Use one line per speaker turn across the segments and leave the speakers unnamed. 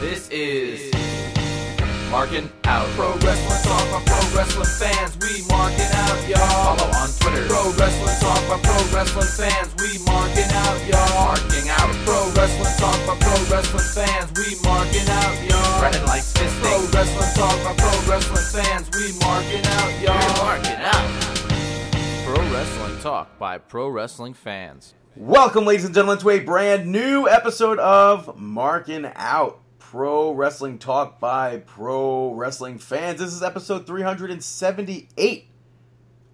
This is Marking Out. Pro Wrestling Talk by Pro Wrestling Fans. We marking out, y'all. Follow on Twitter. Pro Wrestling Talk by Pro Wrestling Fans. We marking out, y'all. Marking Out. Pro Wrestling Talk by Pro Wrestling Fans. We marking out, y'all. Running like fisting. Pro Wrestling Talk by Pro Wrestling Fans. We marking out, y'all. marking out. Pro Wrestling Talk by Pro Wrestling Fans.
Welcome, ladies and gentlemen, to a brand new episode of Marking Out Pro Wrestling Talk by Pro Wrestling Fans. This is episode 378.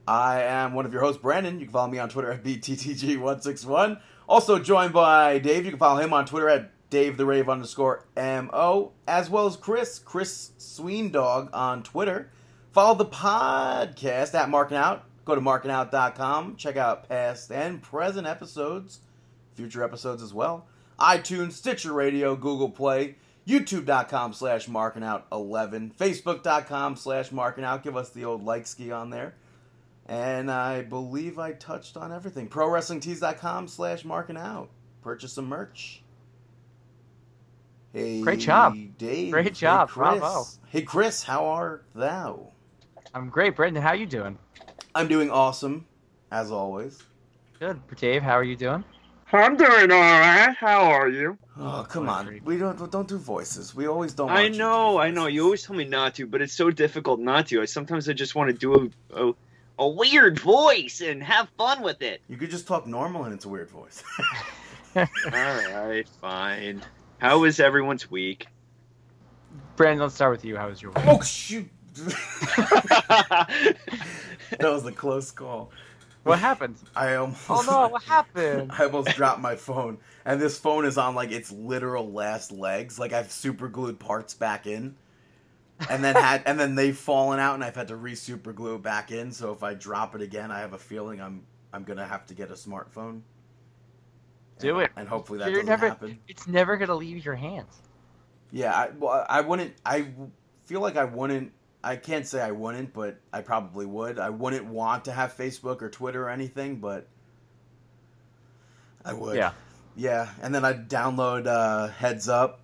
I am one of your hosts, Brandon. You can follow me on Twitter at BTTG161. Also joined by Dave. You can follow him on Twitter at DaveTheRave underscore MO, as well as Chris, Chris Sweendog on Twitter. Follow the podcast at Marking Out. Go to markingout.com. Check out past and present episodes, future episodes as well. iTunes, Stitcher Radio, Google Play, YouTube.com slash Marking Out 11, Facebook.com slash Marking Out. Give us the old like ski on there. And I believe I touched on everything. ProWrestlingTees.com slash marking out. Purchase some merch. Hey,
Great job.
Dave.
Great
Hey,
job.
Chris.
Bravo.
Hey, Chris, how are thou?
I'm great, Brendan. How you doing?
I'm doing awesome, as always.
Good, Dave. How are you doing?
I'm doing all right. How are you?
Oh, come
voice
on.
read.
We don't don't do voices. We always don't.
I
want you to do
know, I know.
voices.
You always tell me not to, but it's so difficult not to. I sometimes I just want to do a, a a weird voice and have fun with it.
You could just talk normal and it's a weird voice.
all right, fine. How was everyone's week?
Brandon, let's start with you. How was your week?
oh shoot!
I
that was a close call.
What happened?
I almost.
Oh no, what happened?
I almost dropped my phone, and this phone is on like its literal last legs. Like I've super glued parts back in, and then had and then they've fallen out, and I've had to re super glue it back in. So if I drop it again, I have a feeling I'm I'm gonna have to get a smartphone.
Do
And-
it.
and hopefully that
You're
doesn't
never-
happen.
It's never gonna leave your hands.
Yeah, I, well, I wouldn't. I w- feel like I wouldn't. I can't say I wouldn't, but I probably would. I wouldn't want to have Facebook or Twitter or anything, but I would.
Yeah.
Yeah, and then I'd download uh, Heads Up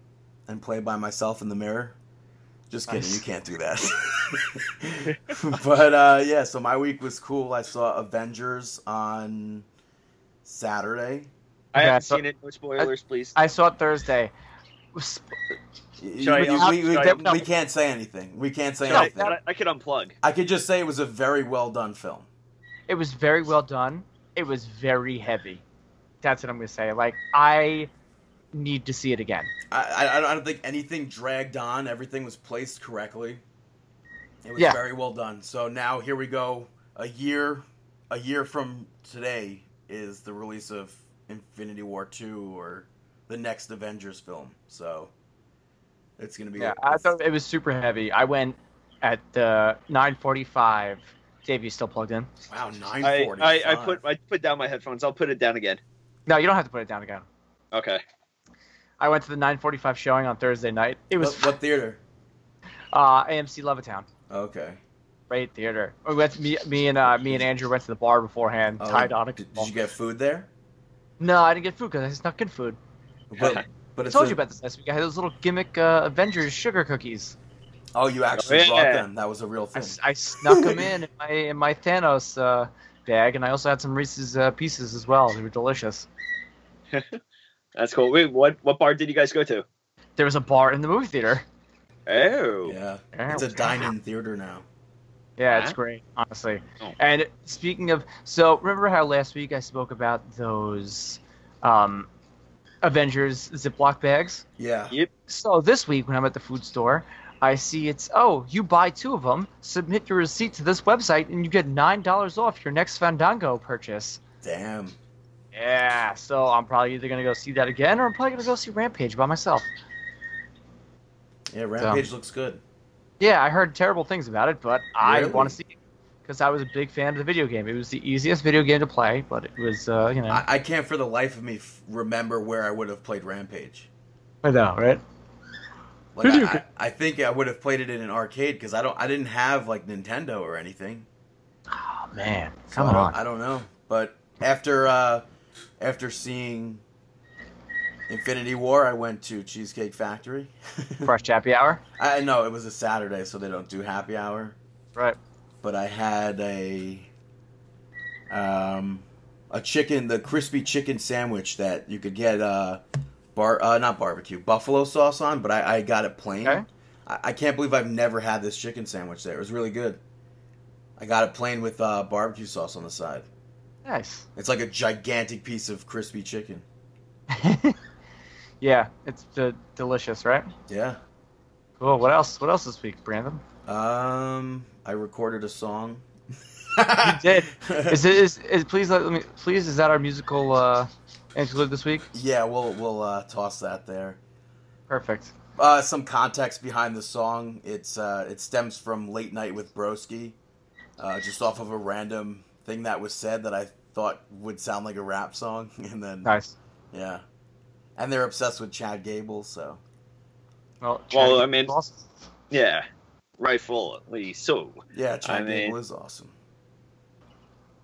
and play by myself in the mirror. Just kidding,
Nice.
you can't do that. but uh, yeah, so my week was cool. I saw Avengers on Saturday.
Yeah,
haven't
so-
seen it. No spoilers, please.
I saw it Thursday. Sp-
We,
Should I-
we- we-
should
I-
we can't say anything. We can't say
No,
anything.
but I, I could unplug.
I could just say it was a very well done film.
It was very well done. It was very heavy. That's what I'm gonna say. Like I need to see it again.
I, I, I don't think anything dragged on. Everything was placed correctly. It was
Yeah.
very well done. So now here we go. A year, a year from today is the release of Infinity War Two or the next Avengers film. So it's gonna be.
Yeah, I thought it was super heavy. I went at the 9:45. Dave, you still plugged in?
wow, nine
I,
forty.
I, I put I put down my headphones. I'll put it down again.
No, you don't have to put it down again.
Okay.
I went to the 9:45 showing on Thursday night. It was
what, what theater?
uh, AMC Levittown,
Okay.
right theater. We went me, me and uh, me and Andrew went to the bar beforehand,
Oh,
tied on a
Did, did you get food there?
No, I didn't get food because I snuck in food.
But, but
I
it's
told
a-
you about this last week. I had those little gimmick uh, Avengers sugar cookies.
Oh, you actually brought
Yeah.
them. That was a real
I,
thing.
s- I snuck them in in my, in my Thanos uh, bag, and I also had some Reese's uh, pieces as well. They were delicious.
That's cool. Wait, what what bar did you guys go to?
There was a bar in the movie theater.
Oh.
Yeah. It's a dine-in theater now.
Yeah, it's
Huh?
great, honestly.
Oh.
And speaking of, so remember how last week I spoke about those um, Avengers Ziploc bags?
Yeah.
So this week when I'm at the food store, I see it's oh, you buy two of them, submit your receipt to this website, and you get nine dollars off your next Fandango purchase.
Damn.
Yeah, so I'm probably either gonna go see that again, or I'm probably gonna go see Rampage by myself.
Yeah, Rampage looks good.
Yeah, I heard terrible things about it, but I
Really?
want to see it because I was a big fan of the video game. It was the easiest video game to play, but it was, uh, you know,
I, I can't for the life of me f- remember where I would have played Rampage.
I know, right?
Like
Video
I,
game.
I, I think I would have played it in an arcade because I don't I didn't have like Nintendo or anything.
Oh man,
So
come
I don't-
on!
I don't know. But after uh after seeing Infinity War, I went to Cheesecake Factory.
Fresh happy hour.
I know it was a Saturday, so they don't do happy hour.
Right.
But I had a um a chicken, the crispy chicken sandwich that you could get uh bar uh not barbecue buffalo sauce on, but I, I got it plain.
Okay.
I, I can't believe I've never had this chicken sandwich there. It was really good. I got it plain with uh, barbecue sauce on the side.
Nice.
It's like a gigantic piece of crispy chicken.
yeah, it's d- delicious, right?
Yeah.
Cool. What else? What else this week, Brandon?
Um, I recorded a song.
You did. Is it? Is, is please let me. Please, is that our musical uh, interlude this week?
yeah, we'll we'll uh, toss that there.
Perfect.
Uh, some context behind the song. It's uh, it stems from Late Night with Broski, uh, just off of a random thing that was said that I thought would sound like a rap song, and then
Nice.
yeah, and they're obsessed with Chad Gable, so
Well,
Well,
Chad-
I mean-
awesome.
Yeah, rightfully so.
yeah, Chad
I
Gable
mean-
is awesome.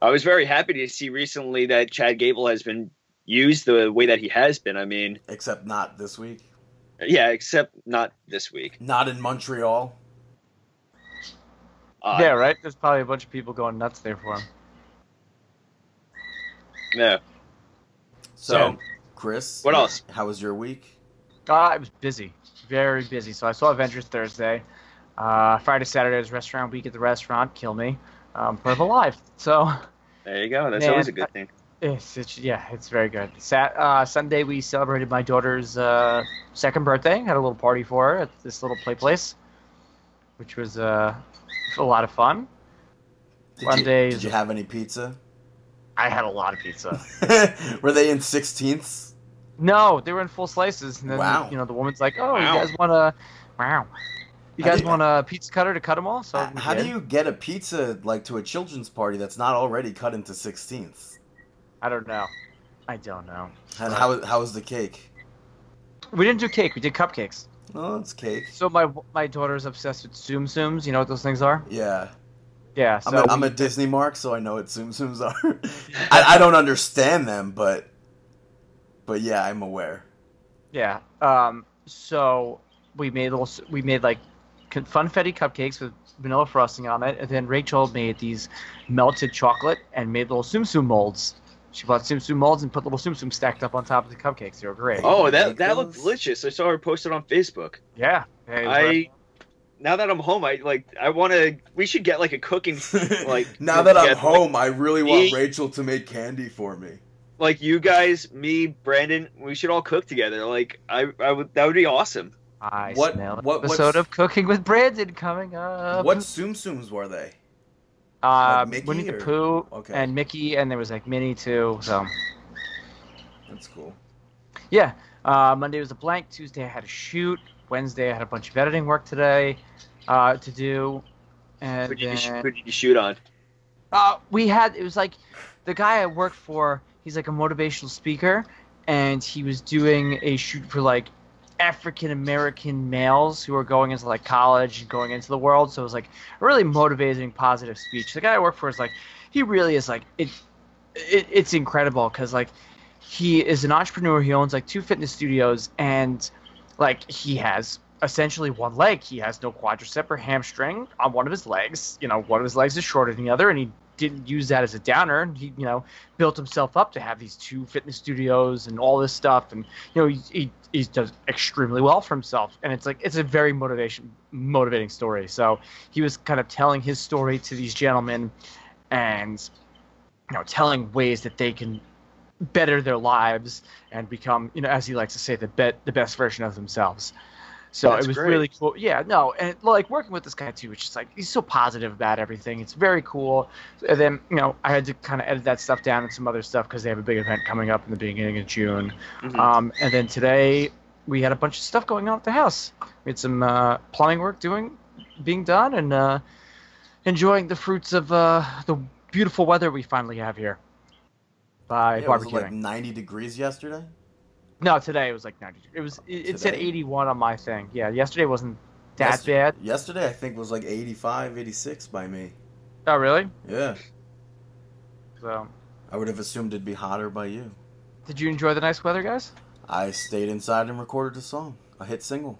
I was very happy to see recently that Chad Gable has been used the way that he has been. I mean,
Except not this week,
yeah, except not this week.
not in Montreal.
Uh,
yeah, right. There's probably a bunch of people going nuts there for him.
No.
So,
Yeah.
Chris,
What else?
How was your week?
Uh, I was busy, very busy. So I saw Avengers Thursday. Uh, Friday, Saturday is restaurant week at the restaurant. Kill me, um, but I'm alive. So
There you go. That's
Man,
always a good thing.
it's, it's yeah, it's very good. Sat, uh, Sunday we celebrated my daughter's uh, second birthday. Had a little party for her at this little play place, which was uh, a lot of fun.
Did
Monday
you, did
is-
you have any pizza?
I had a lot of pizza.
Were they in sixteenths?
No, they were in full slices, and then
Wow.
you know the woman's like, "Oh,
Wow.
you guys want a wow? You
How do
guys
you-
want a pizza cutter to cut them all?" So we
How
did.
do you get a pizza like to a children's party that's not already cut into sixteenths?
I don't know. I don't know.
And how how is the cake?
We didn't do cake. We did cupcakes.
Oh, it's cake.
So my my daughter's obsessed with Zoom Zooms. You know what those things are?
Yeah,
Yeah. So
I'm, a, I'm a Disney mark, so I know what Zoom Zooms are. I, I don't understand them, but but yeah, I'm aware.
yeah. Um. So we made little s- we made like con- funfetti cupcakes with vanilla frosting on it, and then Rachel made these melted chocolate and made little Zoom Zoom molds. She bought Zoom Zoom molds and put little Zoom Zoom stacked up on top of the cupcakes. They were great.
Oh, that that
Bagels?
looked delicious. I saw her post it on Facebook.
Yeah. They were-
I now that I'm home, I like I want to. We should get like a cooking like
now that I'm
get,
home, I really want
Eat.
Rachel to make candy for me.
Like you guys, me, Brandon, we should all cook together. Like I, I would that would be awesome.
I
What-
smell an
what- what's-
episode of Cooking with Brandon coming
Uh,
up.
hmm.
What Zoom Zooms were they?
Um,
Mickey
Winnie the
or-
Pooh
okay.
and Mickey, and there was like Minnie too. So
That's cool.
yeah, uh, Monday was a blank. Tuesday I had a shoot. Wednesday I had a bunch of editing work today uh, to do, and
Who did, you, sh-
then-
who did you shoot on?
uh, we had it was like the guy I worked for. He's like a motivational speaker, and he was doing a shoot for like African American males who are going into like college and going into the world. So it was like a really motivating, positive speech. The guy I work for is like he really is like it. it it's incredible because like he is an entrepreneur. He owns like two fitness studios, and like he has essentially one leg. He has no quadricep or hamstring on one of his legs. You know, one of his legs is shorter than the other, and he didn't use that as a downer. And he, you know, built himself up to have these two fitness studios and all this stuff. And you know, he he, he does extremely well for himself. And it's like it's a very motivation motivating story. So he was kind of telling his story to these gentlemen, and you know, telling ways that they can better their lives and become, you know, as he likes to say, the bet the best version of themselves. So
That's
it was
great.
really cool. Yeah, no, and like working with this guy too, which is like he's so positive about everything. It's very cool. And then you know, I had to kind of edit that stuff down and some other stuff because they have a big event coming up in the beginning of June.
Mhm.
Um, and then today we had a bunch of stuff going on at the house. We had some uh, plumbing work doing, being done, and uh, enjoying the fruits of uh, the beautiful weather we finally have here by
Yeah, was it
barbecuing.
like 90 degrees yesterday?
no, today it was like 90. It was. It, it said
Today?
81 on my thing. Yeah, yesterday wasn't that
Yes-
bad.
Yesterday, I think was like 85, 86 by me.
Oh, really?
Yeah,
So,
I would have assumed it'd be hotter by you.
did you enjoy the nice weather, guys?
I stayed inside and recorded a song, a hit single.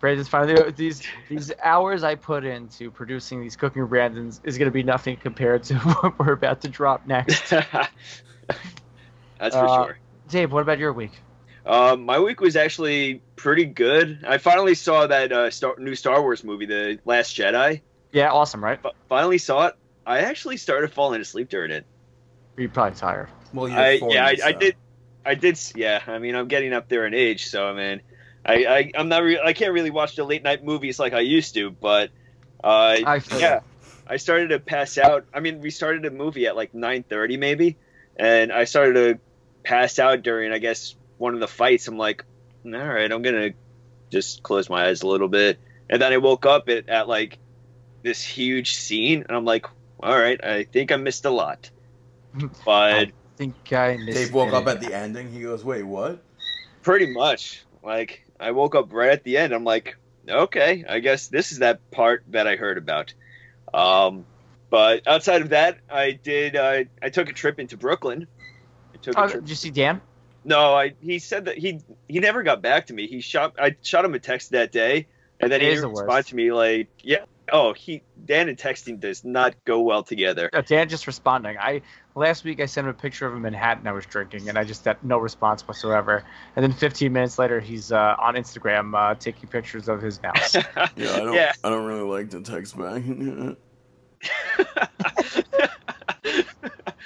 Brandon's finally uh, these these hours I put into producing these cooking Brandons is going to be nothing compared to what we're about to drop next.
That's for
Uh,
sure.
Dave, what about your week?
Um, my week was actually pretty good. I finally saw that uh, star- new Star Wars movie, The Last Jedi.
Yeah, awesome, right?
F- finally saw it. I actually started falling asleep during it.
You're probably tired.
well, you're
I,
40,
yeah, I, I
so-
did. I did. s- Yeah, I mean, I'm getting up there in age, so I mean, I, I I'm not. Re- I can't really watch the late night movies like I used to, but uh,
I feel
yeah, I started to pass out. I mean, we started a movie at like 9:30 maybe, and I started to pass out during, I guess, one of the fights. I'm like, all right, I'm gonna just close my eyes a little bit, and then I woke up at, at like this huge scene, and I'm like, all right, I think I missed a lot, but.
I think I missed
Dave woke
it.
up at the ending. He goes, "Wait, what?"
Pretty much. Like I woke up right at the end. I'm like, okay, I guess this is that part that I heard about. Um, but outside of that, I did. Uh, I took a trip into Brooklyn. I took
Oh,
a trip.
did you see Dan?
No, I. He said that he he never got back to me. He shot. I shot him a text that day, and then
He
he
is the
didn't
worst.
respond to me. Like, yeah. Oh, he Dan and texting does not go well together.
Uh, Dan just responding. I last week I sent him a picture of a Manhattan I was drinking, and I just got no response whatsoever. And then 15 minutes later, he's uh, on Instagram uh, taking pictures of his mouse.
Yeah, I don't.
Yeah. Uh,
I don't really like to text back.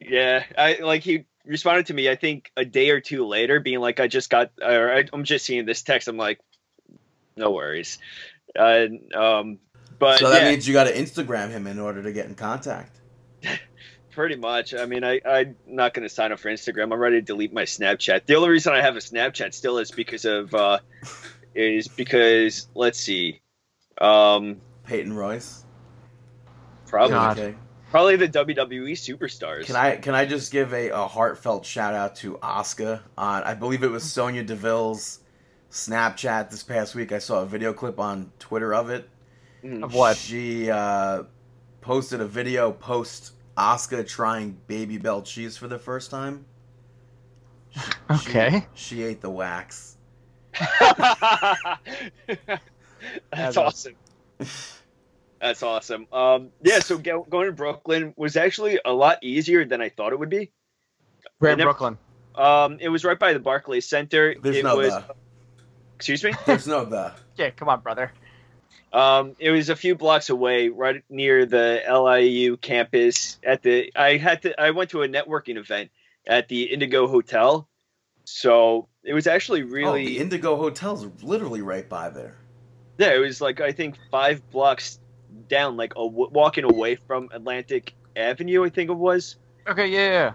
yeah, I like he responded to me. I think a day or two later, being like, "I just got, or I, I'm just seeing this text." I'm like, "No worries." Uh, um, but
so that
yeah,
means you got to Instagram him in order to get in contact.
pretty much. I mean, I I'm not going to sign up for Instagram. I'm ready to delete my Snapchat. The only reason I have a Snapchat still is because of uh, is because let's see, um,
Peyton Royce.
probably
God.
Okay.
probably the WWE superstars.
Can I can I just give a, a heartfelt shout out to Oscar on I believe it was Sonia Deville's Snapchat this past week. I saw a video clip on Twitter of it.
Mhm.
of what?
She uh, posted a video post Oscar trying baby bell cheese for the first time. She- she-
Okay.
She, ate the wax.
That's
a-
awesome. That's awesome. Um, yeah, so go, going to Brooklyn was actually a lot easier than I thought it would be.
We're in
never-
Brooklyn.
Um, it was right by the Barclays Center.
There's
it
no
was,
the.
excuse me.
There's no the.
Yeah, come on, brother.
Um, it was a few blocks away, right near the LIU campus. At the, I had to, I went to a networking event at the Indigo Hotel, so it was actually
Oh, the
really,
Indigo Hotel's literally right by there.
yeah, it was like I think five blocks down, like a, w- walking away from Atlantic Avenue, I think it was.
Okay, yeah, yeah.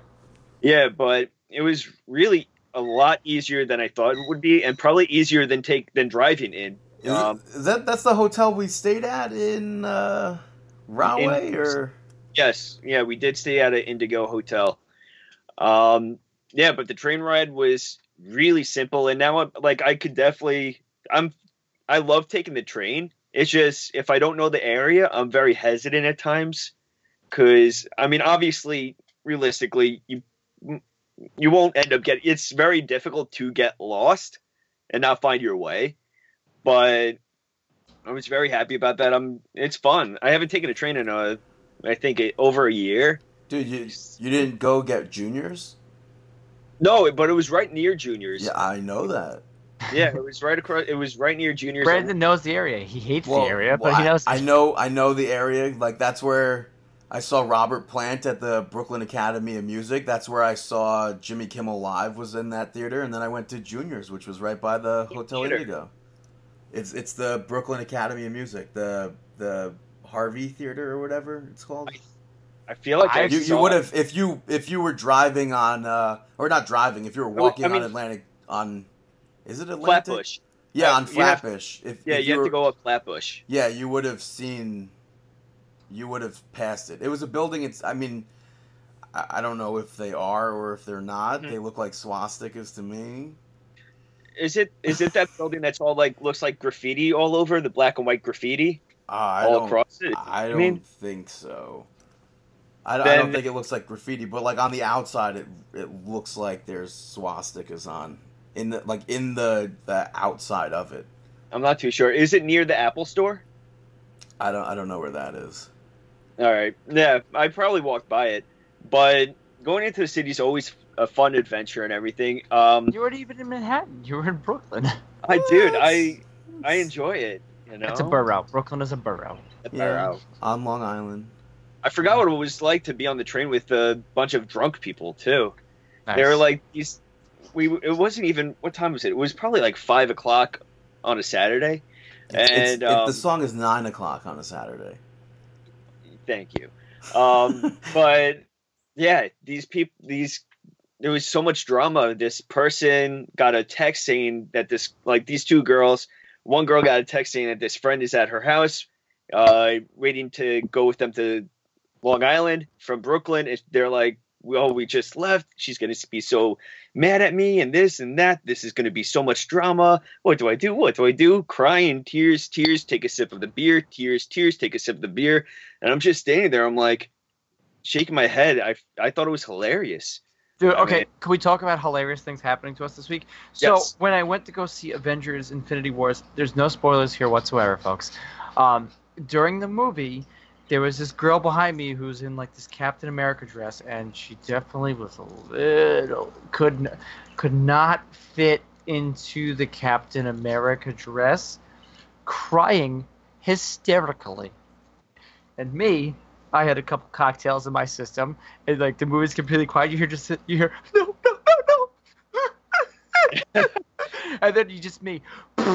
Yeah, but it was really a lot easier than I thought it would be, and probably easier than take than driving in.
Is, it-
Um,
is that that's the hotel we stayed at in uh, Rahway, or
Yes, yeah, we did stay at an Indigo hotel. Um, yeah, but the train ride was really simple, and now I'm like I could definitely I'm I love taking the train. It's just if I don't know the area, I'm very hesitant at times because I mean, obviously, realistically, you you won't end up getting. It's very difficult to get lost and not find your way, but. I was very happy about that. I'm. It's fun. I haven't taken a train in a I think it, over a year.
dude, you you didn't go get juniors?
No, but it was right near juniors.
Yeah, I know that.
Yeah, it was right across. It was right near juniors.
Brandon knows the area. He hates
Well,
the area,
well,
but he knows.
I, I know, I know the area. Like that's where I saw Robert Plant at the Brooklyn Academy of Music. That's where I saw Jimmy Kimmel live. Was in that theater, and then I went to Juniors, which was right by the Hotel
theater?
Indigo. It's it's the Brooklyn Academy of Music, the the Harvey Theater or whatever it's called.
I feel like I,
I-
you, you
saw-
would have if you if you were driving on uh or not driving if you were
mean-
walking
I
on
mean-
Atlantic on is it Atlantic
Flatbush.
yeah
Uh,
on
you have-
Flatbush if
Yeah,
if
you have
were,
to go up Flatbush.
yeah you would have seen you would have passed it it was a building it's I mean I, I don't know if they are or if they're not
Mhm.
they look like swastikas to me
Is it? Is it that building that's all like looks like graffiti all over the black and white graffiti
uh, I
all
don't
across it?
I don't
mean-
think so I, I don't
Then-
think it looks like graffiti, but like on the outside, it it looks like there's swastikas on in the like in the the outside of it.
I'm not too sure. Is it near the Apple store?
I don't I don't know where that is.
All right. Yeah, I probably walked by it, but going into the city is always a fun adventure and everything. Um,
You weren't even in Manhattan. You were in Brooklyn.
I dude, I I enjoy it. You know,
It's a borough. Brooklyn is a borough.
A
Yeah.
borough.
on Long Island.
I forgot what it was like to be on the train with a bunch of drunk people too.
Nice.
They were like these. We it wasn't even what time was it? It was probably like five o'clock on a Saturday.
It's- it's-
And,
it-
um,
the song is nine o'clock on a Saturday.
Thank you. Um, but yeah, these people, these there was so much drama. This person got a text saying that this, like these two girls, one girl got a text saying that this friend is at her house, uh, waiting to go with them to Long Island from Brooklyn. And they're like, "Well, we just left. She's gonna be so mad at me, and this and that. This is gonna be so much drama. What do I do? What do I do? Crying, tears, tears. Take a sip of the beer. Tears, tears. Take a sip of the beer." And I'm just standing there. I'm like shaking my head. I I thought it was hilarious.
Dude,
I
okay,
mean-
can we talk about hilarious things happening to us this week? So
Yes.
when I went to go see Avengers: Infinity Wars, there's no spoilers here whatsoever, folks. Um, during the movie, there was this girl behind me who's in like this Captain America dress, and she definitely was a little couldn't could not fit into the Captain America dress, crying hysterically, and me. I had a couple cocktails in my system, and like the movie's completely quiet. You hear just you hear no no no no, and then you just me, and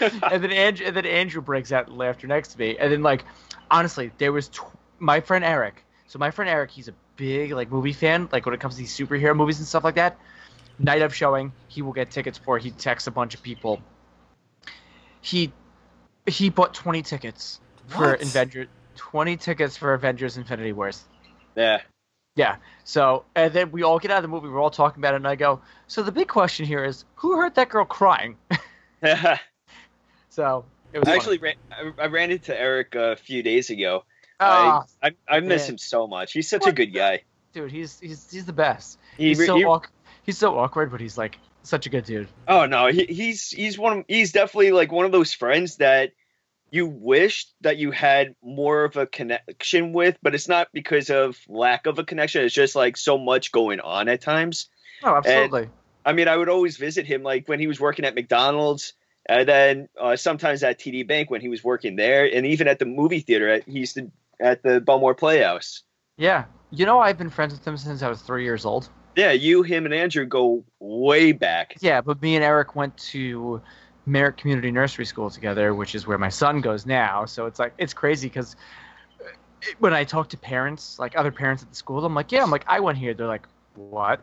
then Andrew and then Andrew breaks out in laughter next to me, and then like honestly, there was tw- my friend Eric. So my friend Eric, he's a big like movie fan. Like when it comes to these superhero movies and stuff like that, night of showing, he will get tickets for. it. He texts a bunch of people. He he bought twenty tickets for
What?
Avengers. Twenty tickets for Avengers: Infinity Wars.
Yeah.
So, and then we all get out of the movie. We're all talking about it, and I go, "So the big question here is, who heard that girl crying?"
I
So it was
actually ran, I, I ran into Eric a few days ago.
funny. Ah,
I, I I miss
man.
him so much. He's such a
What
good guy.
dude, he's he's he's the best.
He,
he's
re-
so
he-
awk- he's so awkward, but he's like such a good dude.
oh no, he, he's he's one of, he's definitely like one of those friends that you wish that you had more of a connection with, but it's not because of lack of a connection. It's just like so much going on at times.
No, Oh, absolutely.
I mean, I would always visit him, like when he was working at McDonald's, and then uh, sometimes at TD Bank when he was working there, and even at the movie theater. At, he used to at the Belmore Playhouse.
yeah, you know, I've been friends with him since I was three years old.
Yeah, you, him, and Andrew go way back.
Yeah, but me and Eric went to Merritt Community Nursery School together, which is where my son goes now. So it's like it's crazy because when I talk to parents, like other parents at the school, I'm like, yeah, I'm like I went here. They're like, what?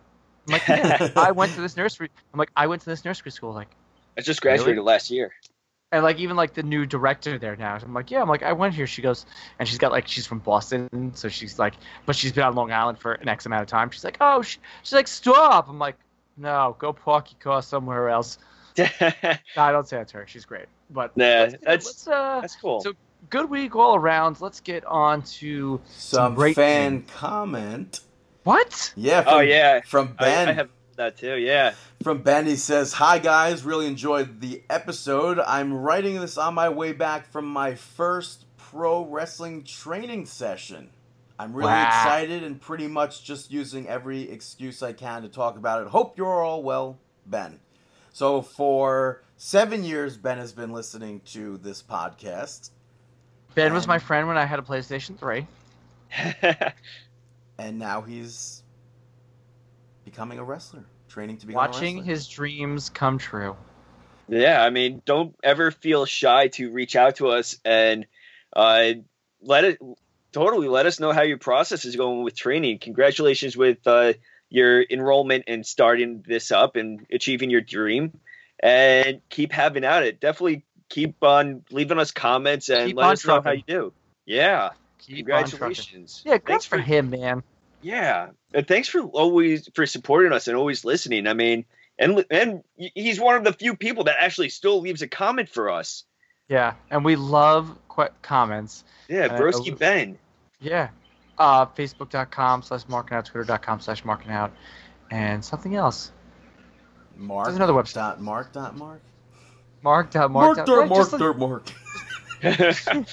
I'm like, yeah, I went to this nursery. I'm like, I went to this nursery school. Like,
I just graduated
Really?
last year.
and like even like the new director there now. I'm like, yeah, I'm like I went here. She goes, and she's got like she's from Boston, so she's like, but she's been on Long Island for an X amount of time. She's like, oh, sh-. she's like, stop. I'm like, no, go park your car somewhere else.
That's
No, I don't say that's her. She's great. But
Nah,
let's,
that's-
let's, uh,
cool.
So- good week all around. Let's get on to
Some
great
fan comment.
what?
Yeah. From,
oh yeah,
From Ben.
I, I have that too. Yeah,
From Ben, he says, "Hi guys, really enjoyed the episode. I'm writing this on my way back from my first pro wrestling training session. I'm really
Wow.
excited and pretty much just using every excuse I can to talk about it. Hope you're all well, Ben. So for seven years, Ben has been listening to this podcast,
Ben was my friend when I had a PlayStation 3.
and now he's becoming a wrestler, training to become a
Watching
wrestler.
his dreams come true.
yeah. I mean, don't ever feel shy to reach out to us and uh, let it totally let us know how your process is going with training. Congratulations with uh, your enrollment and starting this up and achieving your dream. And keep having at it. Definitely keep on leaving us comments and
Keep
let
on
us know how
trucking.
you do. Yeah.
Keep on trucking.
Congratulations.
Yeah, good
Thanks
for him, man.
Yeah, and thanks for always for supporting us and always listening. I mean, and and he's one of the few people that actually still leaves a comment for us.
Yeah, and we love que- comments.
Yeah,
Uh,
Broski
Elif-
Ben.
Yeah. Uh, Facebook.com slash marking out, Twitter.com slash marking out, and something else.
Mark.
There's another website.
Dot mark. Dot mark.
Mark dot mark
Mark.
dot-
Dot,
right,
mark.
just
Dot,
like-
mark.
All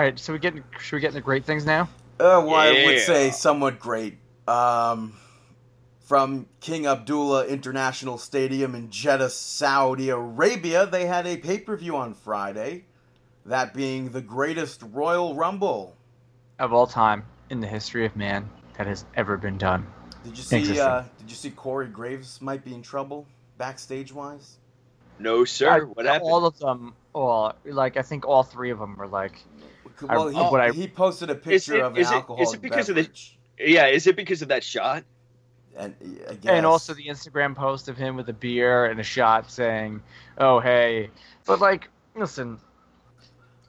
right, so we get should we get into great things now?
Uh, well, I would
Yeah.
say somewhat great. Um, from King Abdullah International Stadium in Jeddah, Saudi Arabia, they had a pay per view on Friday. That being the greatest Royal Rumble.
Of all time in the history of man that has ever been done.
Did you see?
Interesting.
Uh, did you see Corey Graves might be in trouble backstage wise?
no, sir.
I-
what happened?
All of them. Well, like I think all three of them were like I-
Well, he,
oh, what I-
he posted a picture
it-
of an
is it- is
alcohol.
it because of the-
beverage.
yeah, is it because of that shot?
And, uh, yes.
And also the Instagram post of him with a beer and a shot saying, "Oh hey," but like, listen,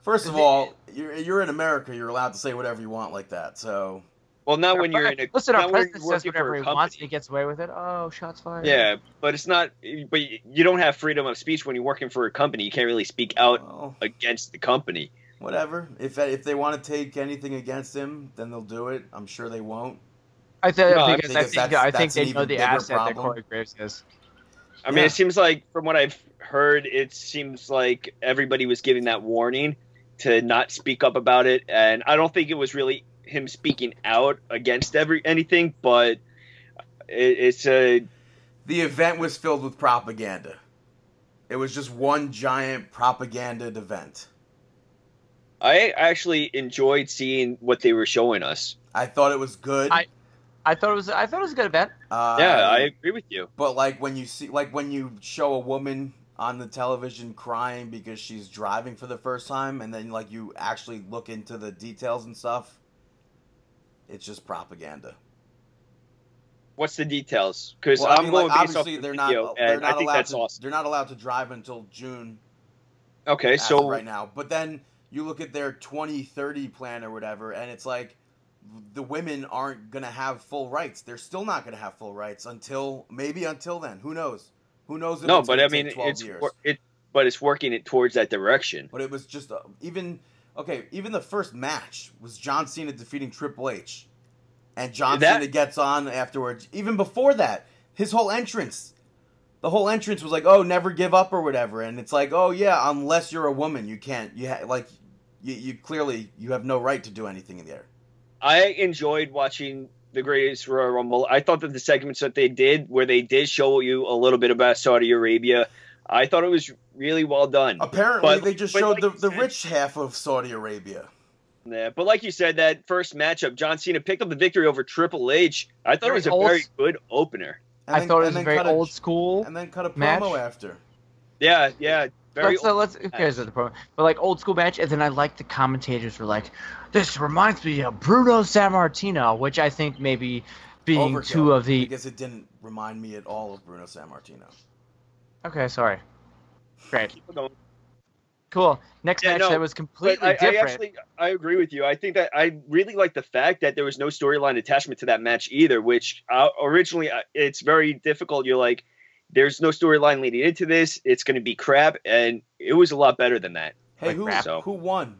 First of all, you're, you're in America. You're allowed to say whatever you want like that. So
Well, not
our
when you're in a
pre- listen, our
not when
president
you're
says
working for
whatever
a
he
company.
wants, he gets away with it. Oh, shots fired.
Yeah, but it's not. But you don't have freedom of speech when you're working for a company. You can't really speak out
well,
against the company.
whatever. If if they want to take anything against him, then they'll do it. I'm sure they won't.
I, th-
No, I
because
think
I
if
think
that's-
I think
that's an
they know
even
the
bigger
asset that
problem.
Corey Graves is.
I mean,
Yeah.
it seems like from what I've heard, it seems like everybody was giving that warning to not speak up about it, and I don't think it was really him speaking out against every anything, but it, it's a
The event was filled with propaganda. It was just one giant propaganda event.
I actually enjoyed seeing what they were showing us.
I thought it was good.
I- I thought it was I thought it was a good event.
uh,
yeah, I agree with you.
But like when you see, like when you show a woman on the television crying because she's driving for the first time, and then like you actually look into the details and stuff, it's just propaganda.
What's the details? Because
Well, I
I'm
mean,
going
like,
based off
obviously
the
they're
video,
not they're
and I
not
think
allowed
that's
to
awesome.
they're not allowed to drive until June
Okay,
as
so
of right now. But then you look at their 2030 plan or whatever, and it's like the women aren't going to have full rights. They're still not going to have full rights until maybe until then. Who knows? Who knows? If
no,
it's
but
gonna
I mean,
take 12
it's
years.
wor- it, but it's working it towards that direction.
But it was just uh, even okay. Even the first match was John Cena defeating Triple H, and John
That-
Cena gets on afterwards. Even before that, his whole entrance, the whole entrance was like, "Oh, never give up" or whatever. And it's like, "Oh yeah, unless you're a woman, you can't. You ha- like, you, you clearly you have no right to do anything in there."
I enjoyed watching the Greatest Royal Rumble. I thought that the segments that they did, where they did show you a little bit about Saudi Arabia, I thought it was really well done.
Apparently,
But-
they just
but
showed
like
the,
you
the
said-
rich half of Saudi Arabia.
Yeah, but like you said, that first matchup, John Cena picked up the victory over Triple H. I thought it
Very
was a
old-
very good opener.
And
I
then-
thought
and
it was
then
very
cut
old school.
A, and then cut a promo
match.
after.
Yeah, yeah, very.
let's, uh, let's who cares about the promo? But like old school match, and then I like the commentators were like, "This reminds me of Bruno Sammartino," which I think maybe being
Overkill,
two of the
because it didn't remind me at all of Bruno Sammartino.
okay, sorry, great,
Keep going.
cool. Next
Yeah,
match
no,
that was
But
completely
I, I
different.
actually I agree with you. I think that I really like the fact that there was no storyline attachment to that match either, which uh, originally uh, it's very difficult. You're like, there's no storyline leading into this. It's going to be crap, and it was a lot better than that.
Hey,
Like
who
rap.
who won?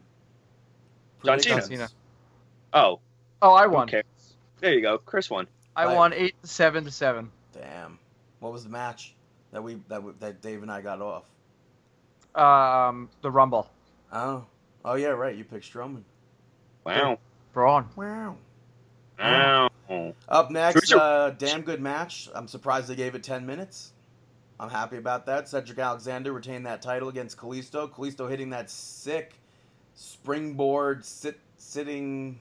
John
Predictions.
Cena.
Oh,
oh, I won.
okay. There you go, Chris won.
I
Right.
won eight to seven to seven.
Damn. What was the match that we that we- that Dave and I got off?
Um, the Rumble,
Oh, oh yeah, right. You picked Strowman.
Wow,
Braun.
Wow.
wow.
Up next,
Drew-
uh, damn good match. I'm surprised they gave it 10 minutes. I'm happy about that. Cedric Alexander retained that title against Kalisto. Kalisto hitting that sick springboard sit sitting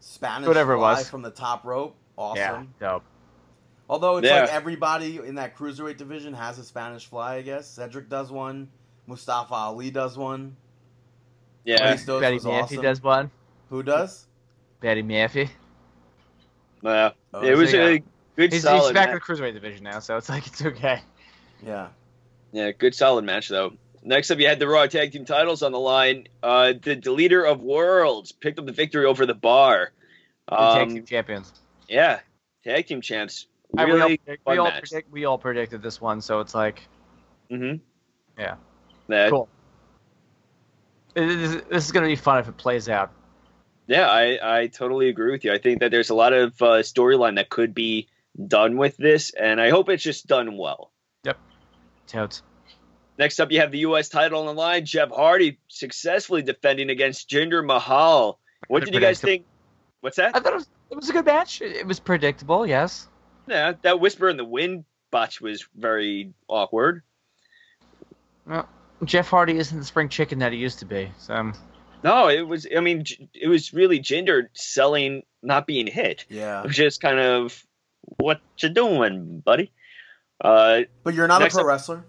Spanish
Whatever it
fly
was.
from the top rope. Awesome.
Yeah, dope.
Although it's
Yeah.
like everybody in that cruiserweight division has a Spanish fly, I guess. Cedric does one. Mustafa Ali does one.
Yeah,
Kalisto's
Betty
was
Maffey
awesome.
does one.
Who does?
Betty Maffey.
uh,
Oh,
it was
there you
a good
He's,
solid.
he's back in
match.
the cruiserweight division now, so it's like it's okay.
yeah.
Yeah, good solid match though. Next up, you had the Raw Tag Team Titles on the line. Uh, the deleter of worlds picked up the victory over the Bar.
The tag
Um,
team champions.
yeah, tag team champs.
I- we all
Really
predict- we
fun
all,
match.
predict- we all predicted this one, so it's like
Mm-hmm.
Yeah.
That,
Cool. This is- this is going to be fun if it plays out.
Yeah, I, I totally agree with you. I think that there's a lot of uh, storyline that could be done with this, and I hope it's just done well.
Totes.
Next up, you have the U.S. title on the line. Jeff Hardy successfully defending against Jinder Mahal. What did you guys think? What's that?
I thought it was it was a good match. It, it was predictable. Yes.
Yeah, that whisper in the wind botch was very awkward.
Jeff Hardy isn't the spring chicken that he used to be. So um,
No, it was. I mean, j- it was really Jinder selling not being hit.
Yeah.
It was just kind of what you doing, buddy. Uh,
But you're not
Next
a pro
up-
wrestler.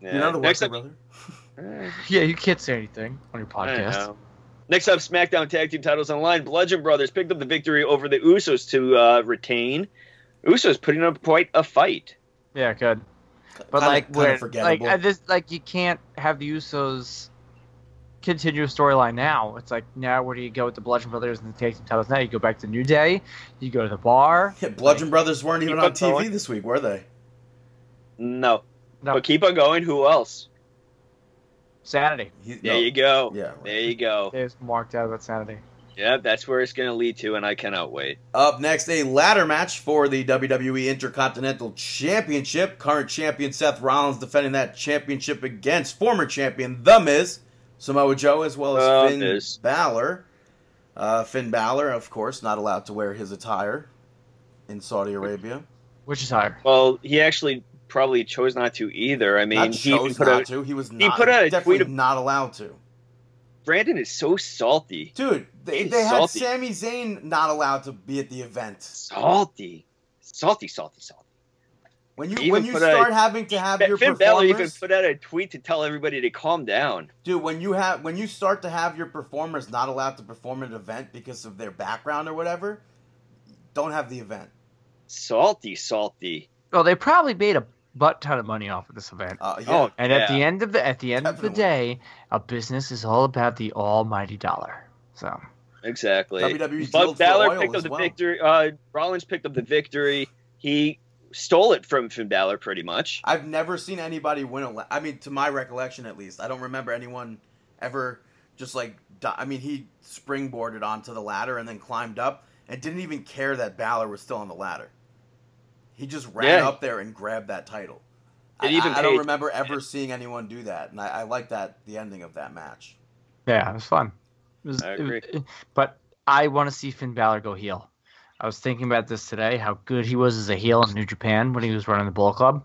You're not a
next
wrestler,
up,
brother.
Eh,
yeah, you can't say anything on your
I don't
podcast.
know. Next up, SmackDown Tag Team Titles on the line. Bludgeon Brothers picked up the victory over the Usos to uh, retain. Usos putting up quite a fight.
Yeah, good. But
Kinda-
like,
kinda
where, like,
forgettable.
I just like you can't have the Usos continue a storyline now. It's like now where do you go with the Bludgeon Brothers and the Tag Team titles? Now you go back to New Day. You go to the bar.
Yeah, Bludgeon Brothers weren't
Keep
even on
on
TV
going.
this week, were they?
No,
No.
but keep on going. Who else?
Saturday.
He-
There
no.
you go.
Yeah. right.
There you go.
It's marked out about Saturday.
Yeah, that's where it's going to lead to, and I cannot wait.
Up next, a ladder match for the WWE Intercontinental Championship. Current champion Seth Rollins defending that championship against former champion The Miz, Samoa Joe, as well as
The
Finn
Miz.
Balor. Uh, Finn Balor, of course, not allowed to wear his attire in Saudi Arabia.
Which is higher?
Well, he actually probably chose not to either. I mean,
not
he even
chose
put
not
out.
to. He was not.
he put out a
definitely
tweet-
not allowed to.
Brandon is so salty.
Dude, they,
He's
they had
salty.
Sami Zayn not allowed to be at the event.
Salty, salty, salty, salty.
When you
Even
when you
put a-
start having to have your
Finn
performers,
Balor even put out a tweet to tell everybody to calm down.
dude, when you have when you start to have your performers not allowed to perform at an event because of their background or whatever, don't have the event.
Salty, salty.
Well, they probably made a butt ton of money off of this event.
Uh, yeah.
Oh,
And at the end of the at the end of the day, a business is all about the almighty dollar. So
exactly.
WWE E drilled
But
for
Balor
oil
picked
as
up the
well.
victory. Uh, Rollins picked up the victory. He stole it from Finn Balor, pretty much.
I've never seen anybody win a. la- I mean, to my recollection, at least, I don't remember anyone ever just like. Di- I mean, he springboarded onto the ladder and then climbed up and didn't even care that Balor was still on the ladder. He just ran
Yeah.
up there and grabbed that title. I,
It even
I- I don't
paid-
remember ever seeing anyone do that, and I, I like that the ending of that match.
yeah, it was fun. It was-
I
it-
agree.
it- but I want to see Finn Balor go heel. I was thinking about this today, how good he was as a heel in New Japan when he was running the Bull Club.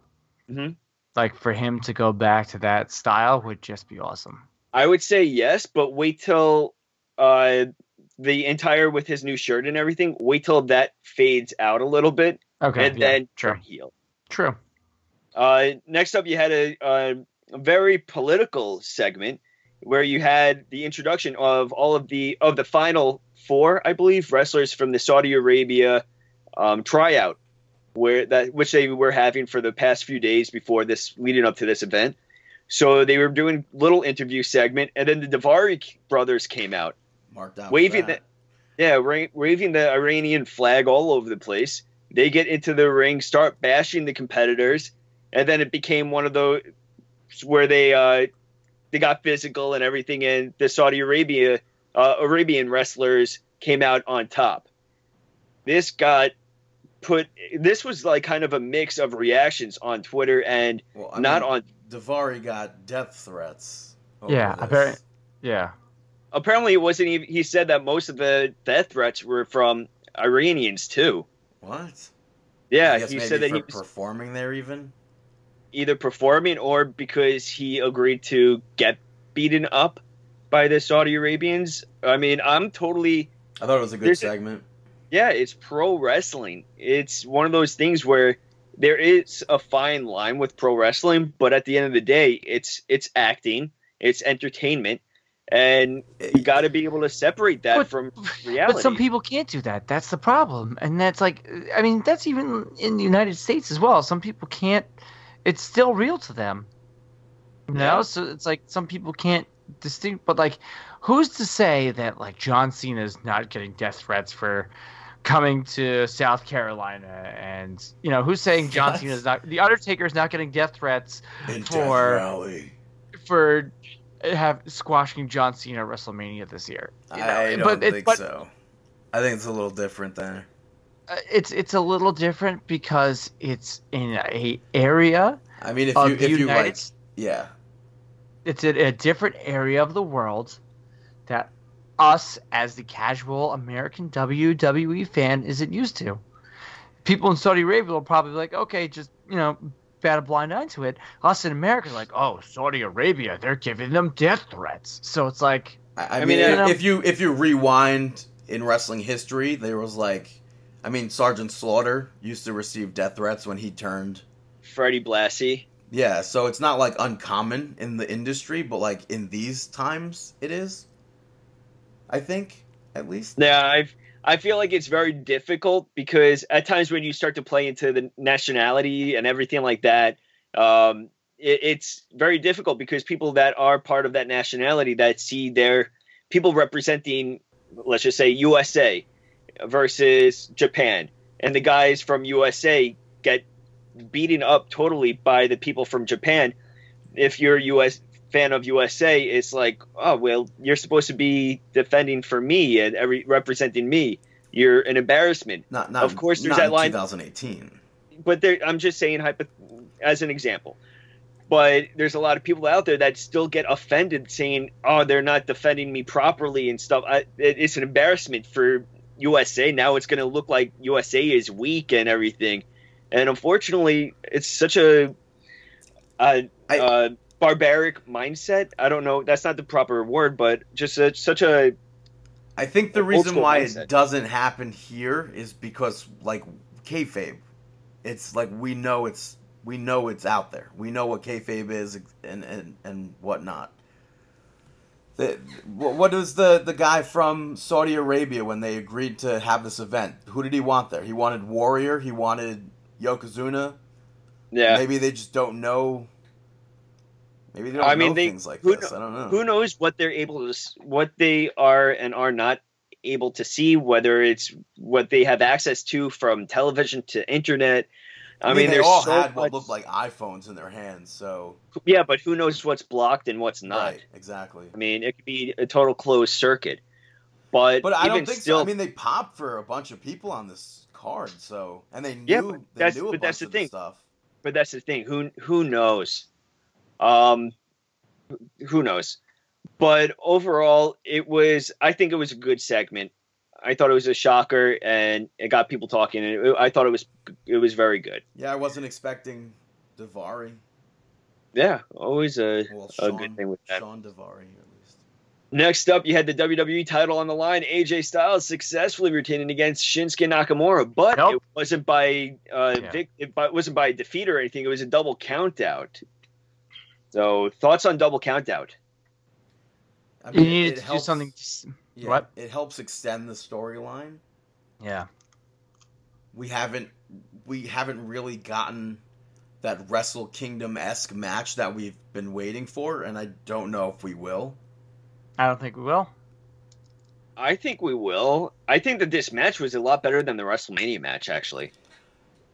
Mhm.
Like for him to go back to that style would just be awesome.
I would say yes, but wait till uh, the entire with his new shirt and everything. Wait till that fades out a little bit,
Okay,
and
yeah,
then
true,
heal.
true.
Uh, next up, you had a, uh, a very political segment where you had the introduction of all of the of the final four, I believe, wrestlers from the Saudi Arabia um, tryout, where that which they were having for the past few days before this, leading up to this event. So they were doing little interview segment, and then the Davari brothers came out,
Marked out. for
waving
that.
the yeah, ra- waving the Iranian flag all over the place. They get into the ring, start bashing the competitors, and then it became one of those where they uh, they got physical and everything, and the Saudi Arabia uh, Arabian wrestlers came out on top. This got put. This was like kind of a mix of reactions on Twitter and
Well,
not
mean,
on.
Davari got death threats. over
Yeah,
this.
apparent- Yeah,
Apparently, it wasn't even. He said that most of the death threats were from Iranians too.
What? I
Yeah,
guess
he
maybe
said that
for
he was
performing there even.
either performing or because he agreed to get beaten up by the Saudi Arabians. I mean, I'm totally
I thought it was a good
There's a-
segment.
yeah, it's pro wrestling. It's one of those things where there is a fine line with pro wrestling, but at the end of the day, it's it's acting, it's entertainment, and you got to be able to separate that
But-
from reality.
But some people can't do that. That's the problem. And that's like, I mean, that's even in the United States as well. Some people can't, it's still real to them. You know?
Yeah.
So it's like some people can't distinct, but like, who's to say that like John Cena is not getting death threats for coming to South Carolina? And, you know, who's saying John
Yes.
Cena is not, The Undertaker is not getting death threats
In
For-
Death Valley.
for have squashing John Cena at WrestleMania this year. you know?
I don't
but it-
think
but
so. I think it's a little different there.
uh, It's it's a little different because it's in a area
I mean, if
of
you
the
if you
United
like, yeah,
it's in a different area of the world that us as the casual American WWE fan isn't used to. People in Saudi Arabia will probably be like, okay, just you know, bat a blind eye to it. Us in America, are like, oh, Saudi Arabia, they're giving them death threats. So it's like,
I, I
I
mean,
mean,
if-
you know-
if you if you rewind in wrestling history, there was like, I mean, Sergeant Slaughter used to receive death threats when he turned.
Freddie Blassie.
Yeah, so it's not like uncommon in the industry, but like in these times, it is. I think, at least.
Yeah, I've I feel like it's very difficult because at times when you start to play into the nationality and everything like that, um, it, it's very difficult because people that are part of that nationality that see their people representing, let's just say USA versus Japan, and the guys from USA get beaten up totally by the people from Japan. If you're US fan of USA, it's like, oh well, you're supposed to be defending for me and every representing me. You're an embarrassment.
Not, not
Of course there's
not
that
in
line-
2018.
But there, I'm just saying hypo- as an example. But there's a lot of people out there that still get offended, saying, "Oh, they're not defending me properly and stuff." I, it, it's an embarrassment for USA. Now it's going to look like USA is weak and everything. And unfortunately, it's such a, a
I-
uh, barbaric mindset. I don't know. That's not the proper word, but just such such a
I think the
Old
reason
school
why
mindset.
it doesn't happen here is because like kayfabe, it's like we know it's we know it's out there. We know what kayfabe is and and and whatnot. The, wh- what is the the guy from Saudi Arabia when they agreed to have this event? Who did he want there? He wanted Warrior. He wanted Yokozuna.
yeah.
Maybe they just don't know. Maybe they don't
I mean,
know
they-
things like
who
this. I don't know.
who knows what they're able to s- what they are and are not able to see whether it's what they have access to from television to internet i, mean,
they
there's
all
so
had
much,
what looked like iPhones in their hands, so
yeah but who knows what's blocked and what's not
Right, exactly.
i mean it could be a total closed circuit but,
But I
even
don't think
still
so. I mean, they popped for a bunch of people on this card, so and they knew
Yeah, but
they
that's-
knew a
but
bunch
that's the
of
thing.
stuff.
but that's the thing who who knows um who knows but overall it was i think it was a good segment i thought it was a shocker and it got people talking and it, i thought it was it was very good
Yeah, I wasn't expecting Davari.
yeah always a
Well,
A
Sean,
good thing with that.
Sean Davari, at least.
next up you had the wwe title on the line aj styles successfully retaining against shinsuke nakamura but
Nope.
it wasn't by uh
Yeah.
vic, it bu- wasn't by defeat or anything it was a double count out so thoughts on double count out
I
you
it-
need
it
to
helps-
do something.
yeah,
what?
It helps extend the storyline.
Yeah.
We haven't we haven't really gotten that Wrestle Kingdom esque match that we've been waiting for, and I don't know if we will.
I don't think we will.
I think we will. I think that this match was a lot better than the WrestleMania match, actually.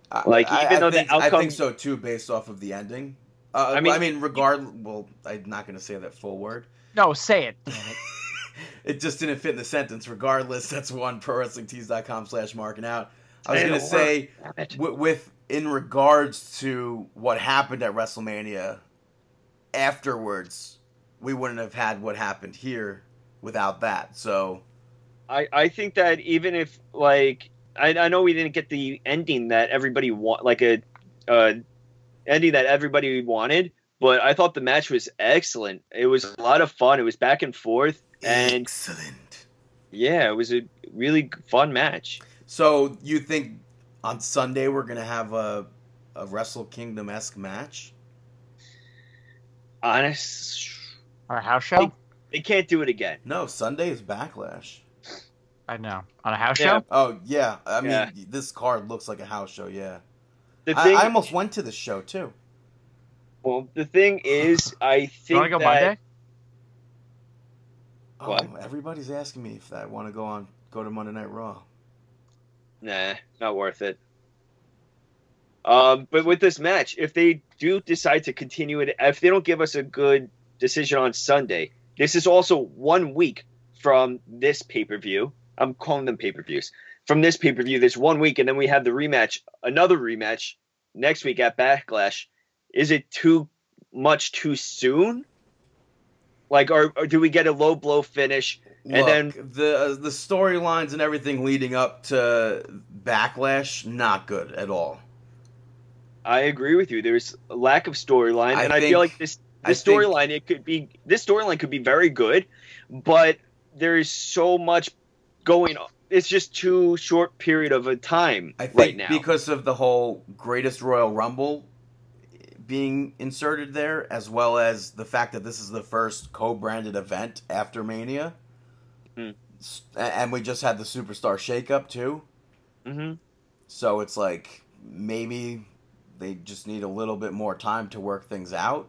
I-
Like,
I-
even
I
though the
think, I
outcome-
think so too, based off of the ending. Uh, I
I
mean,
mean-
I mean, regardless. Well, I'm not going to say that full word.
No, say it. Damn it.
It just didn't fit in the sentence. Regardless, that's one pro wrestlingtees.com slash marking out. I was
Man,
going to
it
say
Damn it.
with, with in regards to what happened at WrestleMania afterwards, we wouldn't have had what happened here without that. So
I, I think that even if, like, I, I know we didn't get the ending that everybody want, like a uh, ending that everybody wanted, but I thought the match was excellent. It was a lot of fun. It was back and forth, and
excellent.
yeah, it was a really fun match.
So you think on Sunday we're gonna have a a Wrestle Kingdom esque match?
Honest,
On a house show?
they can't do it again.
No, Sunday is Backlash.
I know. On a house
Yeah.
show?
Oh yeah, I mean
Yeah.
this card looks like a house show. Yeah,
The
I,
thing,
I almost went to the show too.
well, the thing is, I
You want to
think
go
that
Monday?
Oh,
What?
everybody's asking me if I want to go on go to Monday Night Raw.
Nah, not worth it. Um, but with this match, if they do decide to continue it, if they don't give us a good decision on Sunday. This is also one week from this pay per view. I'm calling them pay per views. From this pay per view, this one week, and then we have the rematch, another rematch next week at Backlash. Is it too much too soon? Like, or, or do we get a low blow finish? And then-
Look, the uh, the storylines and everything leading up to backlash not good at all.
I agree with you. There's a lack of storyline,
I
and I
think-
feel like this
I
this
think-
storyline it could be this storyline could be very good, but there is so much going on. It's just too short period of a time
I think
right now.
because of the whole greatest Royal Rumble being inserted there, as well as the fact that this is the first co-branded event after Mania,
Hmm.
S- a- and we just had the Superstar shakeup too.
hmm
So it's like maybe they just need a little bit more time to work things out.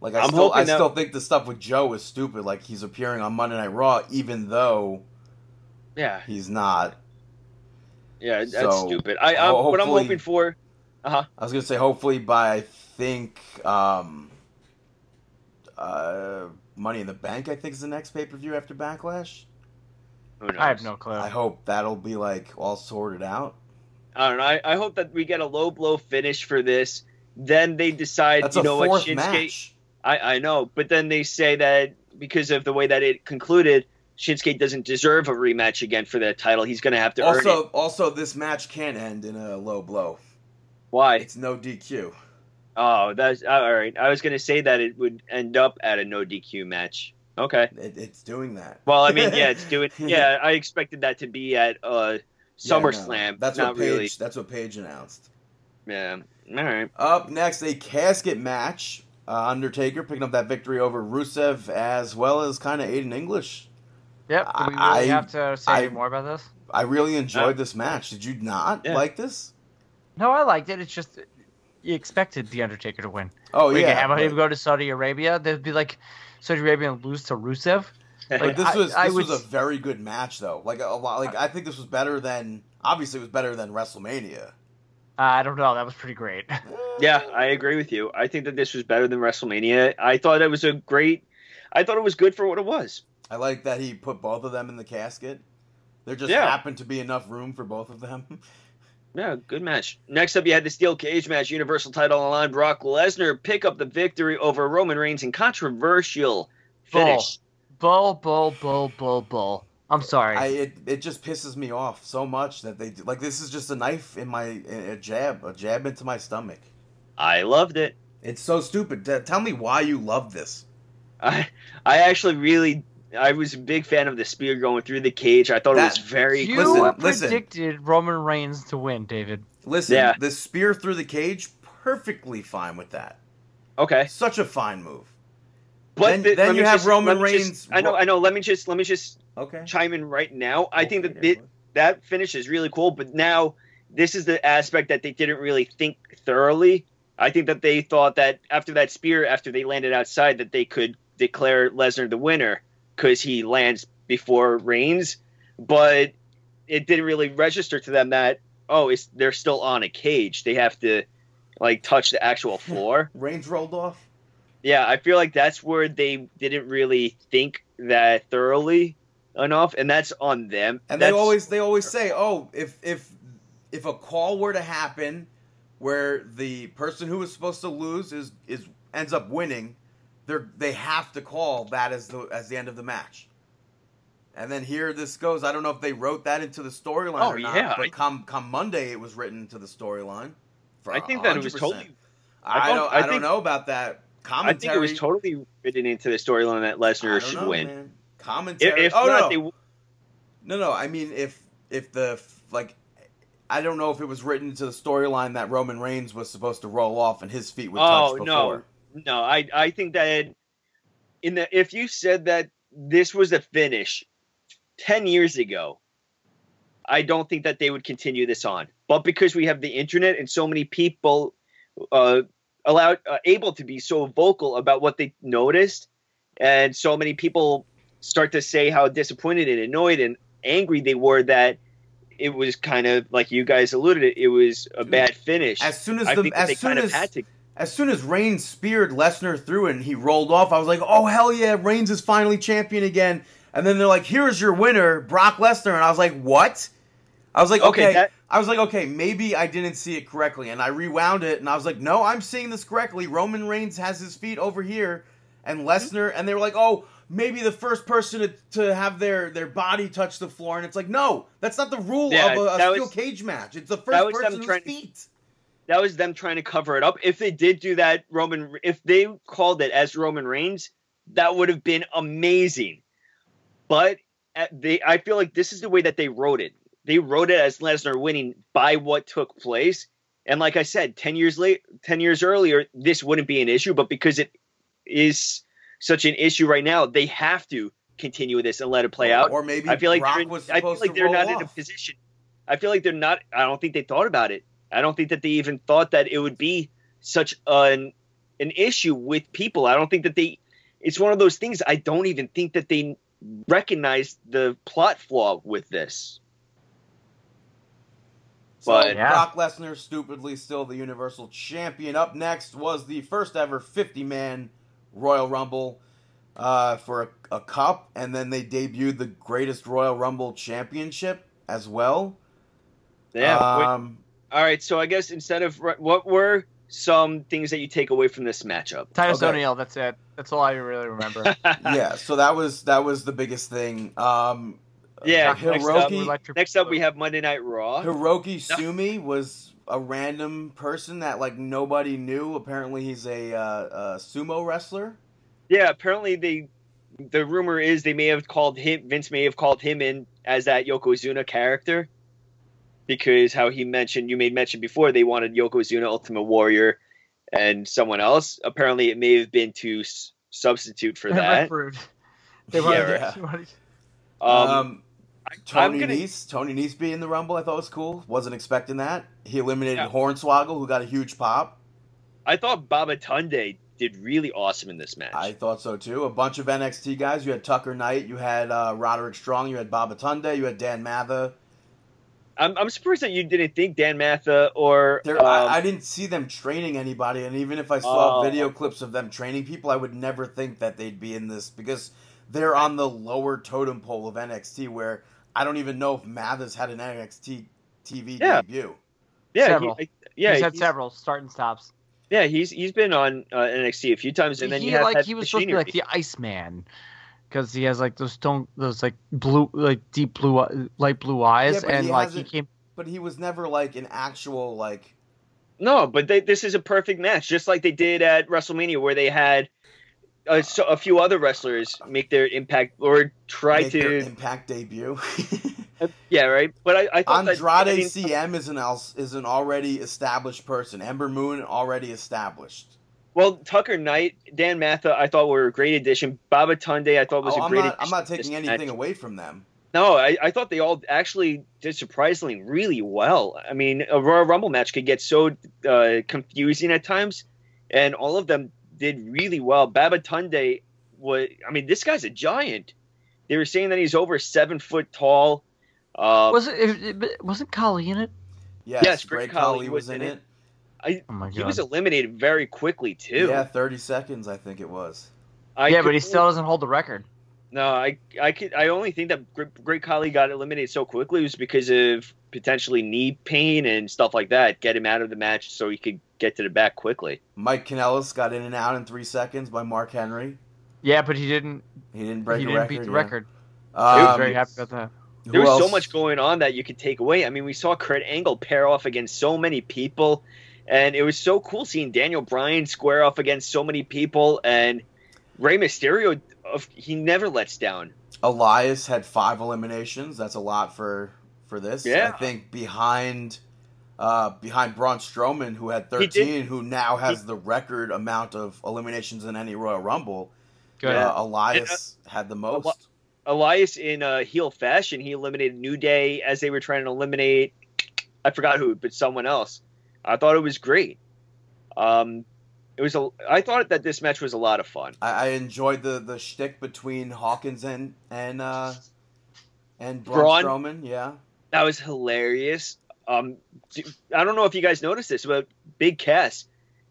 Like I
I'm
still,
hoping
I
that-
still think the stuff with Joe is stupid. Like he's appearing on Monday Night Raw, even though
Yeah,
he's not.
yeah, that's
So,
stupid. I
ho-
I'm, what I'm
hopefully-
hoping for.
I was gonna say hopefully by I think um, uh, Money in the Bank. I think is the next pay per view after Backlash.
who knows?
I have no clue.
I hope that'll be like all sorted out.
I don't know. I, I hope that we get a low blow finish for this. Then they decide,
That's
you
a
know what,
fourth
Shinsuke.
match.
I, I know, but then they say that because of the way that it concluded, Shinsuke doesn't deserve a rematch again for that title. He's going to have to earn it.
Also, also this match can't end in a low blow.
Why?
It's no DQ.
Oh, that's all right. I was going to say that it would end up at a no DQ match. Okay.
It, it's doing that.
Well, I mean, yeah, it's doing. Yeah, I expected that to be at uh,
Yeah, no,
SummerSlam.
that's
not
what Paige.
really.
That's what Paige announced.
Yeah. All right.
Up next, a casket match. Uh, Undertaker picking up that victory over Rusev, as well as kind of Aiden English.
Yep. Do we really
I-
have to say
I-
any more about this?
I really enjoyed
Uh,
this match. Did you not
yeah.
like this?
No, I liked it. It's just you expected the Undertaker to win.
Oh
we could
yeah,
have
but,
him go to Saudi Arabia. They'd be like Saudi Arabia lose to Rusev. Uh,
but
Like,
this
I-
was
I
this
would-
was a very good match though. Like a lot. Like I think this was better than obviously it was better than WrestleMania.
I don't know. That was pretty great.
Yeah, I agree with you. I think that this was better than WrestleMania. I thought it was a great. I thought it was good for what it was.
I like that he put both of them in the casket. There just
Yeah.
happened to be enough room for both of them.
Yeah, good match. Next up, you had the steel cage match, Universal title on the line. Brock Lesnar pick up the victory over Roman Reigns in controversial finish.
bull, bull, bull, bull, bull. I'm sorry.
I it, it just pisses me off so much that they do, like this is just a knife in my a jab a jab into my stomach.
I loved it.
It's so stupid. T- Tell me why you love this.
I I actually really I was a big fan of the spear going through the cage. I thought
That-
it was very
you
listen, listen.
predicted Roman Reigns to win, David.
Listen,
Yeah.
the spear through the cage, perfectly fine with that.
okay.
Such a fine move. Then-
But
then
let
you
me
have
just-
Roman
let me just-
Reigns-
I know, I know. Let me just let me just
Okay.
chime in right now. I think that thi-
Okay,
that finish is really cool, but now this is the aspect that they didn't really think thoroughly. I think that they thought that after that spear, after they landed outside, that they could declare Lesnar the winner because he lands before Reigns. But it didn't really register to them that oh, it's, they're still on a cage. They have to like touch the actual floor.
Reigns rolled off.
Yeah, I feel like that's where they didn't really think that thoroughly enough, and that's on them.
And
that's,
they always they always say, "Oh, if if if a call were to happen where the person who was supposed to lose is is ends up winning, they are they have to call that as the as the end of the match." And then here this goes. I don't know if they wrote that into the storyline
Oh,
or not,
yeah.
but come come Monday it was written into the storyline. For
I think that it was
100%.
totally
I,
I thought-
don't
I
I, don't
think-
know about that
I
commentary.
think it was totally written into the storyline that
I
Lesnar
don't
should
know,
win.
man.
If,
Commentary.
if
oh no.
not, they
No, no. I mean, if if the like, I don't know if it was written into the storyline that Roman Reigns was supposed to roll off and his feet would
Oh,
touch
no.
before.
no. I I think that in the if you said that this was a finish ten years ago, I don't think that they would continue this on. But because we have the internet and so many people uh, allowed uh, able to be so vocal about what they noticed, and so many people start to say how disappointed and annoyed and angry they were that it was kind of like you guys alluded it, it was a bad finish.
As soon as
I
the
think that they
as soon
kind of
as
had to.
As soon as Reigns speared Lesnar through and he rolled off, I was like, oh, hell yeah, Reigns is finally champion again. And then they're like, here's your winner, Brock Lesnar. And I was like, what? I was like, okay.
Okay, that-
I was like, okay, maybe I didn't see it correctly. And I rewound it and I was like, no, I'm seeing this correctly. Roman Reigns has his feet over here and
Mm-hmm.
Lesnar. And they were like, oh, maybe the first person to, to have their, their body touch the floor. And it's like, no, that's not the rule
Yeah,
of a, a
that
steel
was-
cage match. It's the
that
first
was them
person whose
trying to-
feet.
That was them trying to cover it up. If they did do that, Roman, if they called it as Roman Reigns, that would have been amazing. But at they, I feel like this is the way that they wrote it. They wrote it as Lesnar winning by what took place, and like I said, ten years late, ten years earlier, this wouldn't be an issue. But because it is such an issue right now, they have to continue this and let it play out.
Or maybe
I feel like
Brock
they're, in-
was
I feel
supposed
like
to
they're
roll
not
off.
in a position. I feel like they're not. I don't think they thought about it. I don't think that they even thought that it would be such an an issue with people. I don't think that they. It's one of those things. I don't even think that they recognize the plot flaw with this.
so
But-
Yeah.
Brock Lesnar stupidly still the Universal Champion. Up next was the first ever 50 man Royal Rumble uh, for a, a cup, and then they debuted the Greatest Royal Rumble Championship as well.
Yeah. wait-
Um,
all right. So I guess instead of what were some things that you take away from this matchup?
Titus
Okay.
O'Neil. That's it. That's all I really remember.
yeah. So that was that was the biggest thing. Um,
Yeah. Next up,
Hiroki
Electric-
next up, we have Monday Night Raw.
Hiroki Sumi was a random person that like nobody knew. Apparently, he's a, uh, a sumo wrestler.
Yeah, apparently they the rumor is they may have called him Vince may have called him in as that Yokozuna character because how he mentioned you made mention before they wanted Yokozuna Ultimate Warrior and someone else. Apparently it may have been to s- substitute for that.
Rude. They wanted,
Yeah,
they wanted-
Um,
Tony
I'm gonna-
Nese, Tony Nese being in the Rumble, I thought was cool. Wasn't expecting that. He eliminated
Yeah.
Hornswoggle, who got a huge pop.
I thought Baba Tunde did really awesome in this match.
I thought so too. A bunch of NXT guys. You had Tucker Knight, you had uh, Roderick Strong, you had Babatunde, you had Dan Mather.
I'm, I'm surprised that you didn't think Dan Matha or
There,
um,
I, I didn't see them training anybody, and even if I saw
Oh.
video clips of them training people, I would never think that they'd be in this because they're on the lower totem pole of NXT, where I don't even know if Mather's had an NXT TV
Yeah.
debut.
yeah, he,
several.
I- yeah,
he's had
he's-
several start and stops.
yeah, he's he's been on uh, NXT a few times, and then
he
you have
like
had
he was supposed to be
machinery.
like the Iceman because he has like those stone, those like blue, like deep blue, eye- light blue eyes,
but
and
he
like he
hasn't-
came.
But he was never like an actual like
No, but they, this is a perfect match, just like they did at WrestleMania, where they had a, so, a few other wrestlers make their impact or try
make their
to.
impact debut.
Yeah, right. But I, I thought
Andrade
that, I mean,
CM is an als- is an already established person. Ember Moon already established.
well, Tucker Knight, Dan Matha, I thought were a great addition. Baba Tunde, I thought was
Oh,
a
I'm
great.
not I'm
addition
not
to this
taking anything
match.
away from them.
No, I, I thought they all actually did surprisingly really well. I mean, a Royal Rumble match could get so uh, confusing at times, and all of them did really well. Babatunde was, I mean, this guy's a giant. They were saying that he's over seven foot tall. Uh,
Was it- it? it- but Wasn't Kali in it?
Yes,
Yes,
Great
Great
Khali
Khali
was in it.
Oh my god.
he was eliminated very quickly too.
Yeah, 30 seconds I think it was.
I
yeah, but he
could-
still doesn't hold the record.
No, I I could I only think that Gr- Great Khali got eliminated so quickly was because of potentially knee pain and stuff like that. Get him out of the match so he could get to the back quickly.
Mike Kanellis got in and out in 3 seconds by Mark Henry.
Yeah, but he didn't.
He didn't break
he
a
didn't
record.
beat the
yeah.
record.
Um,
I was very happy about that.
who
There was so
else?
much going on that you could take away. I mean, we saw Kurt Angle pair off against so many people, and it was so cool seeing Daniel Bryan square off against so many people. And Rey Mysterio, of he never lets down.
Elias had five eliminations. That's a lot for for this.
Yeah.
I think behind uh, behind Braun Strowman, who had
He did-
thirteen, who now has the record amount of eliminations in any Royal Rumble.
Good.
Uh, Elias had the most.
Eli- Elias in uh, heel fashion, he eliminated New Day as they were trying to eliminate. I forgot who, but someone else. I thought it was great. Um, it was a. I thought that this match was a lot of fun.
I, I enjoyed the the shtick between Hawkins and and uh, and Braun,
Braun?
Strowman. Yeah,
That was hilarious. Um, d- I don't know if you guys noticed this, but Big Cass,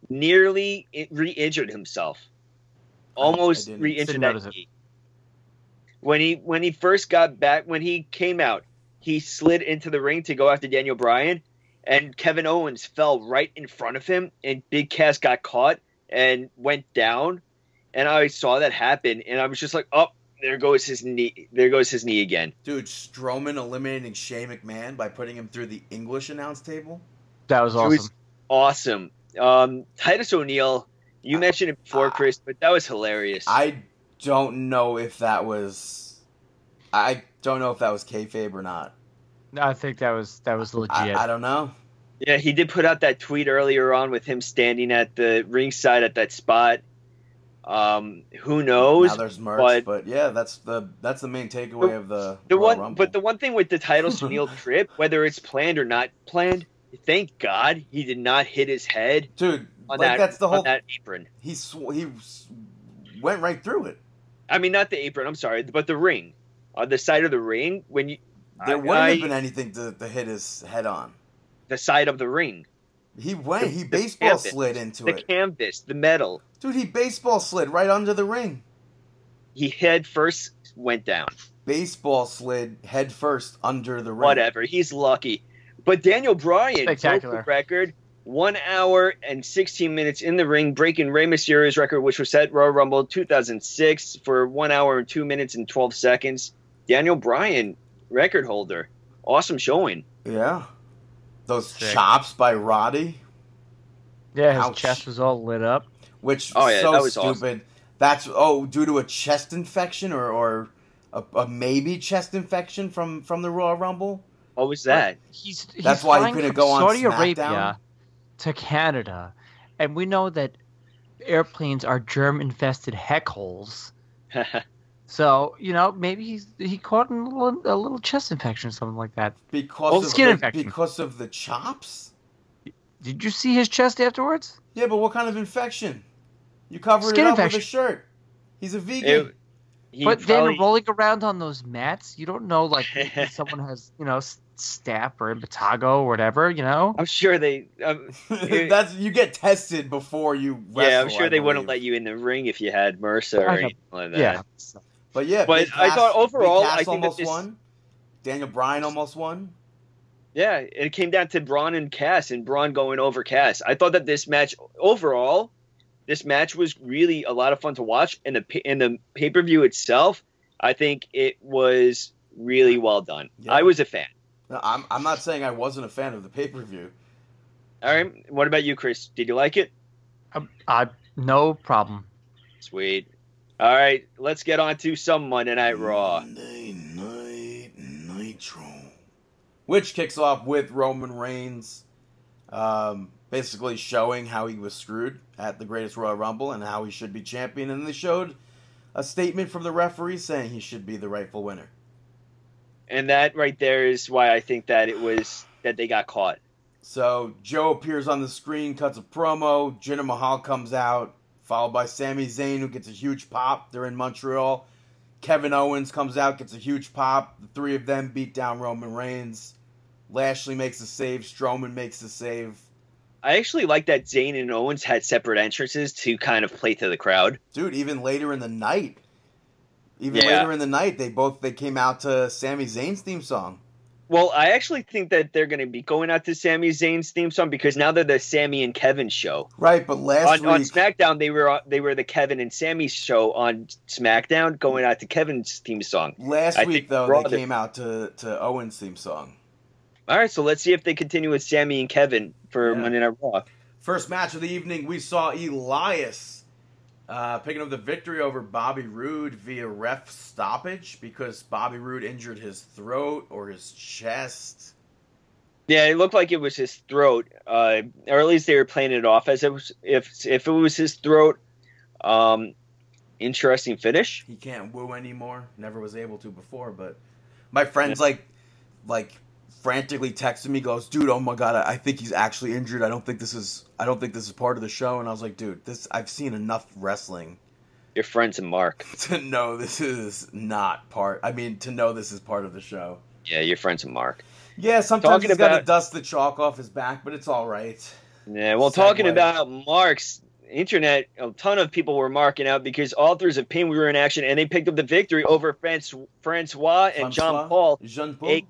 nearly i- re-injured himself. Almost
didn't-
re-injured
didn't
that
notice it.
knee. When he when he first got back, when he came out, he slid into the ring to go after Daniel Bryan, and Kevin Owens fell right in front of him, and Big Cass got caught and went down. And I saw that happen, and I was just like, "Oh, there goes his knee! There goes his knee again."
Dude, Strowman eliminating Shane McMahon by putting him through the English announce table.
That was
It was-
awesome.
awesome. Um, Titus O'Neil, you mentioned it before,
Ah.
Chris, but that was hilarious.
I don't know if that was. I don't know if that was kayfabe or not.
I think that was that was legit.
I, I don't know.
yeah, he did put out that tweet earlier on with him standing at the ringside at that spot. Um, who
Now
knows?
there's merch, but,
but-
yeah, that's the that's the main takeaway of the
The
Royal
one,
Rumble.
but the one thing with the Titus O'Neil trip, whether it's planned or not planned, thank God he did not hit his head
dude,
on
like
that
that's the
on
whole.
that apron.
He sw- he s- went right through it.
I mean, not the apron. I'm sorry, but the ring on the side of the ring when you
There
I-
wouldn't
I-
have been anything to, to hit his head on.
the side of the ring,
He went.
The-
He
the
baseball
canvas.
slid into
the
it,
canvas, the metal.
dude. He baseball slid right under the ring.
He head first went down.
Baseball slid head first under the ring.
whatever. He's lucky. But Daniel Bryan broke
Spectacular.
the record one hour and 16 minutes in the ring, breaking Rey Mysterio's record, which was set Royal Rumble 2006 for one hour and two minutes and 12 seconds. Daniel Bryan, record holder. Awesome showing.
Yeah, those
Sick.
chops by Roddy.
yeah, his
ouch.
chest was all lit up.
which
Oh, yeah,
so
that was
stupid.
awesome.
That's oh, due to a chest infection or or a, a maybe chest infection from from the Royal Rumble.
What was that?
He's, he's
That's why he
flying
couldn't
from
go on
Saudi
SmackDown?
Arabia to Canada, and we know that airplanes are germ-infested heck holes. So you know, maybe he's he caught a little, a little chest infection or something like that.
Because
Oh,
of
skin
the,
infection.
Because of the chops.
Did you see his chest afterwards?
Yeah, but what kind of infection? You covered
Skin
it up
infection.
with a shirt. He's a vegan.
It- he
but
probably-
then rolling around on those mats, you don't know like if someone has you know s- staph or impetigo or whatever. You know,
I'm sure they. Um, it-
That's you get tested before you. Wrestle,
yeah, I'm sure
I
they wouldn't let
believe.
you in the ring if you had MRSA or
I know.
anything like that.
yeah.
But yeah,
But I thought overall,
Big Cass
I think that
almost
this-
won. Daniel Bryan almost won.
Yeah, it came down to Braun and Cass, and Braun going over Cass. I thought that this match overall, this match was really a lot of fun to watch, and the pa- and the pay per view itself, I think it was really well done.
Yeah.
I was a fan.
No, I'm I'm not saying I wasn't a fan of the pay per view.
All right, what about you, Chris? Did you like it?
I, I uh, no problem.
Sweet. All right, let's get on to some Monday Night Raw.
Monday Night Nitro. Which kicks off with Roman Reigns um, basically showing how he was screwed at the Greatest Royal Rumble and how he should be champion. And they showed a statement from the referee saying he should be the rightful winner.
And that right there is why I think that it was that they got caught.
So Joe appears on the screen, cuts a promo. Jinder Mahal comes out, followed by Sami Zayn, who gets a huge pop. They're in Montreal. Kevin Owens comes out, gets a huge pop. The three of them beat down Roman Reigns. Lashley makes a save. Strowman makes a save.
I actually like that Zayn and Owens had separate entrances to kind of play to the crowd.
Dude, even later in the night, even
Yeah.
later in the night, they both they came out to Sami Zayn's theme song.
Well, I actually think that they're going to be going out to Sami Zayn's theme song because now they're the Sammy and Kevin show.
Right, but last
On, on
week,
SmackDown, they were they were the Kevin and Sammy show on SmackDown, going out to Kevin's theme song.
last
I
week
think
though,
Raw
they
did-
came out to to Owens' theme song.
All right, so let's see if they continue with Sammy and Kevin for
Yeah.
Monday Night Raw.
First match of the evening, we saw Elias uh, picking up the victory over Bobby Roode via ref stoppage because Bobby Roode injured his throat or his chest.
Yeah, it looked like it was his throat, uh, or at least they were playing it off as it was, if if it was his throat. Um, interesting finish.
He can't woo anymore. Never was able to before, but my friends like like frantically texted me, goes, "Dude, oh my god, I, I think he's actually injured. I don't think this is I don't think this is part of the show." And I was like, "Dude, this I've seen enough wrestling
Your friends and Mark.
to know this is not part. I mean, to know this is part of the show."
Yeah, your friends and Mark.
Yeah, sometimes
Talking
he's got to
about-
dust the chalk off his back, but it's all right.
Yeah, well,
Segue.
talking about marks, internet, a ton of people were marking out because authors of Pain were in action and they picked up the victory over Franc- Francois and John Paul,
Jean Paul.
Hey,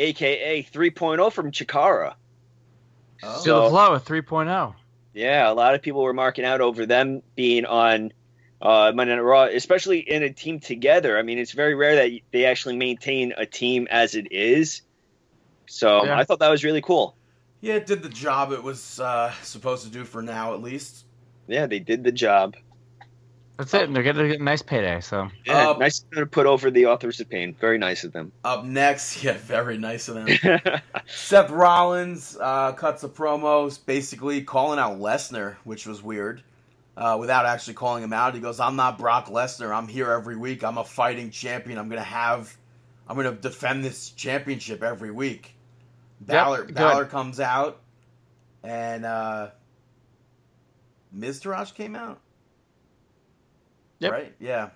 aka 3.0 from Chikara.
Oh.
Still a flow at 3.0.
Yeah, a lot of people were marking out over them being on uh, Monday Night Raw, especially in a team together. I mean, it's very rare that they actually maintain a team as it is. So
Yeah.
I thought that was really cool.
yeah, it did the job it was uh, supposed to do for now, at least.
Yeah, they did the job.
That's it. And they're getting a nice payday. So
Yeah,
Um,
nice to put over the authors of pain. Very nice of them.
Up next, yeah, very nice of them. Seth Rollins uh, cuts a promo, basically calling out Lesnar, which was weird. Uh, without actually calling him out, he goes, "I'm not Brock Lesnar. I'm here every week. I'm a fighting champion. I'm gonna have, I'm gonna defend this championship every week." Balor
good.
Balor comes out, and uh, Miz Taraj came out.
Yep.
Right? Yeah.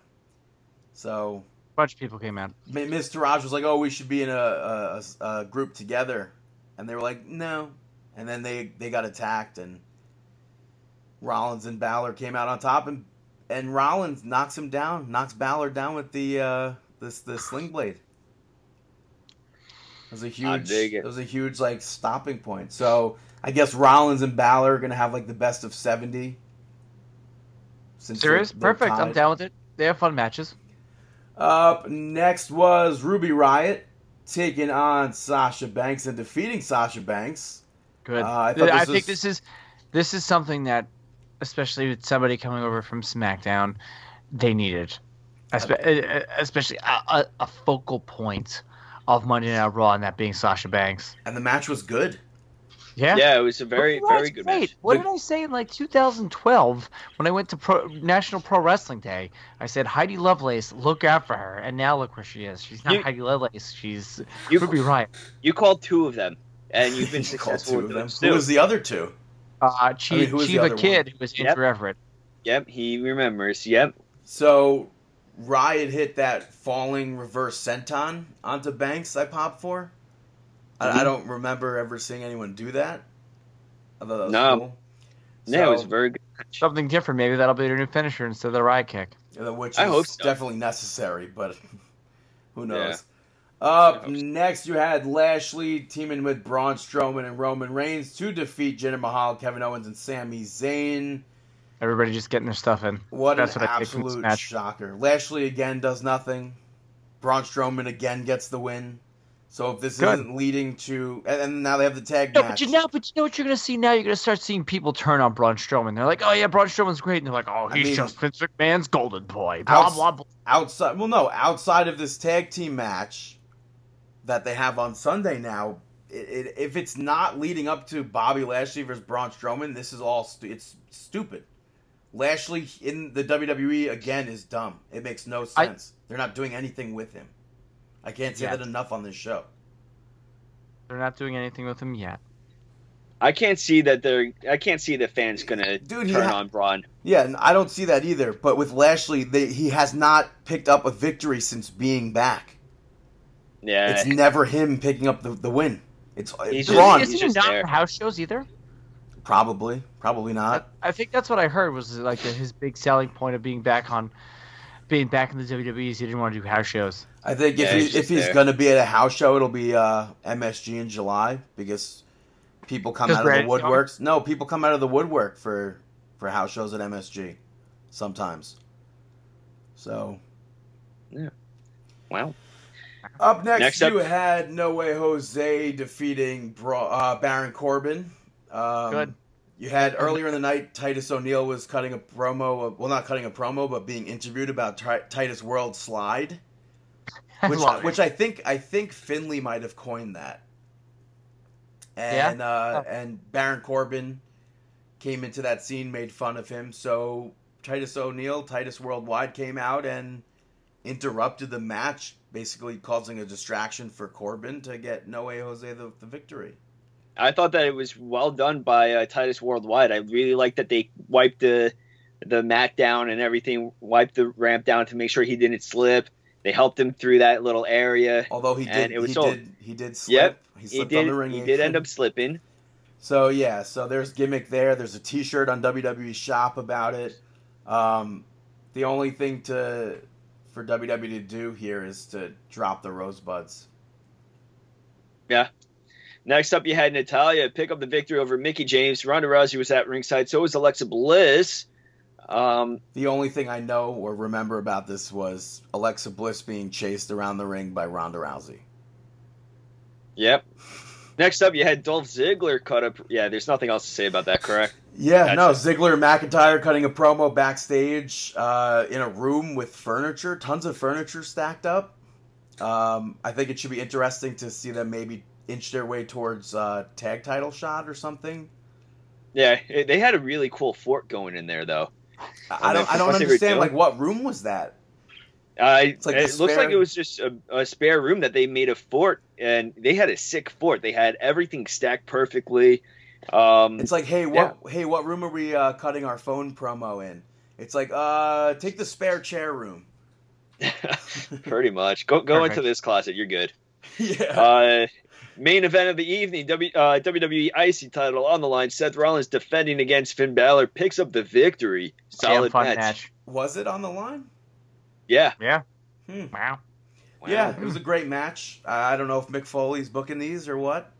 So
a bunch of people came out.
M- Ms. Taraj was like, "Oh, we should be in a, a, a- a group together," and they were like, "No," and then they they got attacked, and Rollins and Balor came out on top, and and Rollins knocks him down, knocks Balor down with the uh, this the sling blade. It was a huge,
dig it.
it was a huge like stopping point. So I guess Rollins and Balor are gonna have like the best of seventy. Since they're-
Serious?
they're
Perfect. I'm
tied.
down with it. They have fun matches.
Up next was Ruby Riot taking on Sasha Banks and defeating Sasha Banks.
Good.
Uh, I
I,
thought this
think
was-
this is this is something that, especially with somebody coming over from SmackDown, they needed, Espe- uh, uh, especially a, a, a focal point of Monday Night Raw, and that being Sasha Banks.
And the match was good.
Yeah.
Yeah, it was a very,
What did I
very good
say?
match.
What
The-
did I say in like 2012 when I went to Pro, National Pro Wrestling Day? I said Heidi Lovelace, look out for her, and now look where she is. She's not
You-
Heidi Lovelace. She's
You-
Ruby Riot.
You called two of them, and you've been
You called
successful
two
with
of
them.
Who
too.
was the other two?
Uh, Chi-
I mean, who was the other
Chiva
one?
Kid, who was
Yep.
Andrew Everett.
Yep, he remembers. Yep.
So Riot hit that falling reverse senton onto Banks. I popped for. I, I
Mhm.
don't remember ever seeing anyone do that. I thought that was
No.
cool.
Yeah, it was a
So-
very good. match.
Something different. Maybe that'll be their new finisher instead of the Riot Kick.
Uh, which is
I hope so.
definitely necessary, but who
Yeah.
knows? Up
I hope so.
next, you had Lashley teaming with Braun Strowman and Roman Reigns to defeat Jinder Mahal, Kevin Owens, and Sami Zayn.
Everybody just getting their stuff in.
What
That's
an
what I picked from this
absolute
match.
shocker! Lashley again does nothing. Braun Strowman again gets the win. So if this
Good.
isn't leading to, and, and now they have the tag
No,
match.
but you know, but you know what you're gonna see now. You're gonna start seeing people turn on Braun Strowman. They're like, "Oh yeah, Braun Strowman's great," and they're like, "Oh,
I
he's
mean-
just Vince McMahon's golden boy." Blah
Outs-
blah blah.
outside well no outside of this tag team match that they have on sunday now it, it, if it's not leading up to bobby lashley versus braun strowman this is all stu- it's stupid lashley in the wwe again is dumb it makes no
I-
sense they're not doing anything with him i can't say
Yeah.
that enough on this show
They're not doing anything with him yet.
I can't see that they're. I can't see the fans gonna
Dude, he
turn
ha-
on Braun.
yeah and i don't see that either but with lashley they, he has not picked up a victory since being back
Yeah,
it's never him picking up the, the win it's
He's Eh. just-
braun
he's
Isn't he
just
not
there.
in house shows either?
Probably, probably
I,
not.
I think that's what I heard was like that his big selling point of being back on, being back in the WWE is he didn't want to do house shows.
I think
Yeah,
if
he's
he, if
just
he's
there.
gonna be at a house show, it'll be uh, MSG in July because people come
Just
out of the
Brandon Young?
woodworks. No, people come out of the woodwork for for house shows at MSG sometimes. So
wow.
up next,
Next up-
you had No Way Jose defeating Bra- uh, Baron Corbin. Um,
Good.
You had earlier in the night Titus O'Neil was cutting a promo. Of, well, not cutting a promo, but being interviewed about Ti- Titus World Slide.
I
which
love it.
which I think I think Finley might have coined that. And uh, and Baron Corbin came into that scene, made fun of him. So Titus O'Neil, Titus Worldwide came out and interrupted the match, basically causing a distraction for Corbin to get No Way Jose the, the victory.
I thought that it was well done by uh, Titus Worldwide. I really like that they wiped the the mat down and everything, wiped the ramp down to make sure he didn't slip. They helped him through that little area.
Although he
And
did,
it was
he
so-
did, he did slip.
Yep,
he
He
slipped on
did.
the ring.
He did end up slipping.
So yeah, so there's gimmick there. There's a T-shirt on WWE Shop about it. Um, the only thing to for WWE to do here is to drop the rosebuds.
Next up, you had Natalia pick up the victory over Mickey James. Ronda Rousey was at ringside. So was Alexa Bliss. Um,
The only thing I know or remember about this was Alexa Bliss being chased around the ring by Ronda Rousey.
yep. Next up, you had Dolph Ziggler cut up. Yeah, there's nothing else to say about that, correct?
Yeah,
Gotcha.
no, Ziggler and McIntyre cutting a promo backstage uh, in a room with furniture, tons of furniture stacked up. Um, I think it should be interesting to see them maybe inch their way towards uh, tag title shot or something.
Yeah, eh, they had a really cool fort going in there, though.
I I
they-
don't, I don't
unless they were
understand.
doing-
Like, what room was that?
I,
like
it
the
looks
spare-
like it was just a, a spare room that they made a fort, and they had a sick fort. They had everything stacked perfectly. Um,
It's like, hey, what, hey, what room are we uh, cutting our phone promo in? It's like, uh, take the spare chair room.
pretty much. Go go
Perfect.
into this closet. You're good.
yeah.
Uh, main event of the evening: w, uh, WWE IC title on the line. Seth Rollins defending against Finn Balor picks up the victory.
Damn
Solid
fun
match.
match.
was it on the line?
Yeah.
Hmm.
Wow.
Yeah, it was a great match. I I don't know if Mick Foley's booking these or what.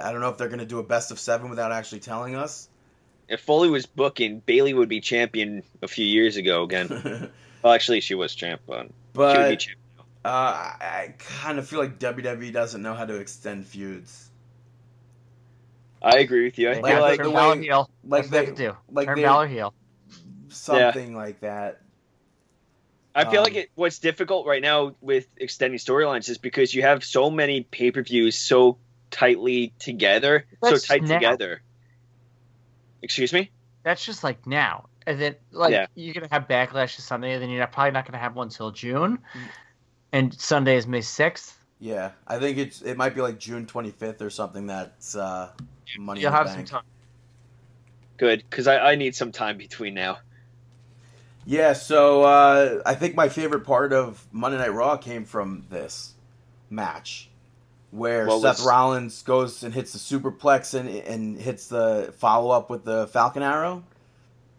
I don't know if they're going to do a best of seven without actually telling us.
If Foley was booking, Bailey would be champion a few years ago again. well, actually, she was champ, but, she would be
but
champ.
uh, I kind of feel like WWE doesn't know how to extend feuds.
I agree with you. I
They
Like-
feel
have
like
to
the
turn Balor
way-
heel.
Like
That's what
they,
they could do.
like
turn
they-
Balor heel.
something like that.
I feel
Um,
like it, what's difficult right now with extending storylines is because you have so many pay per views so tightly together, so
That's
tight
now.
together. Excuse me.
That's just like now. And then like
Yeah.
you're gonna have backlash to Sunday, and then you're not, probably not gonna have one till June. And Sunday is May sixth.
Yeah, I think it's it might be like June 25th or something. That's uh, money.
You'll
in the
have some
bank.
time.
Good, because I, I need some time between now.
Yeah, so uh, I think my favorite part of Monday Night Raw came from this match, where
What
Seth
was-
Rollins goes and hits the superplex and, and hits the follow up with the Falcon Arrow.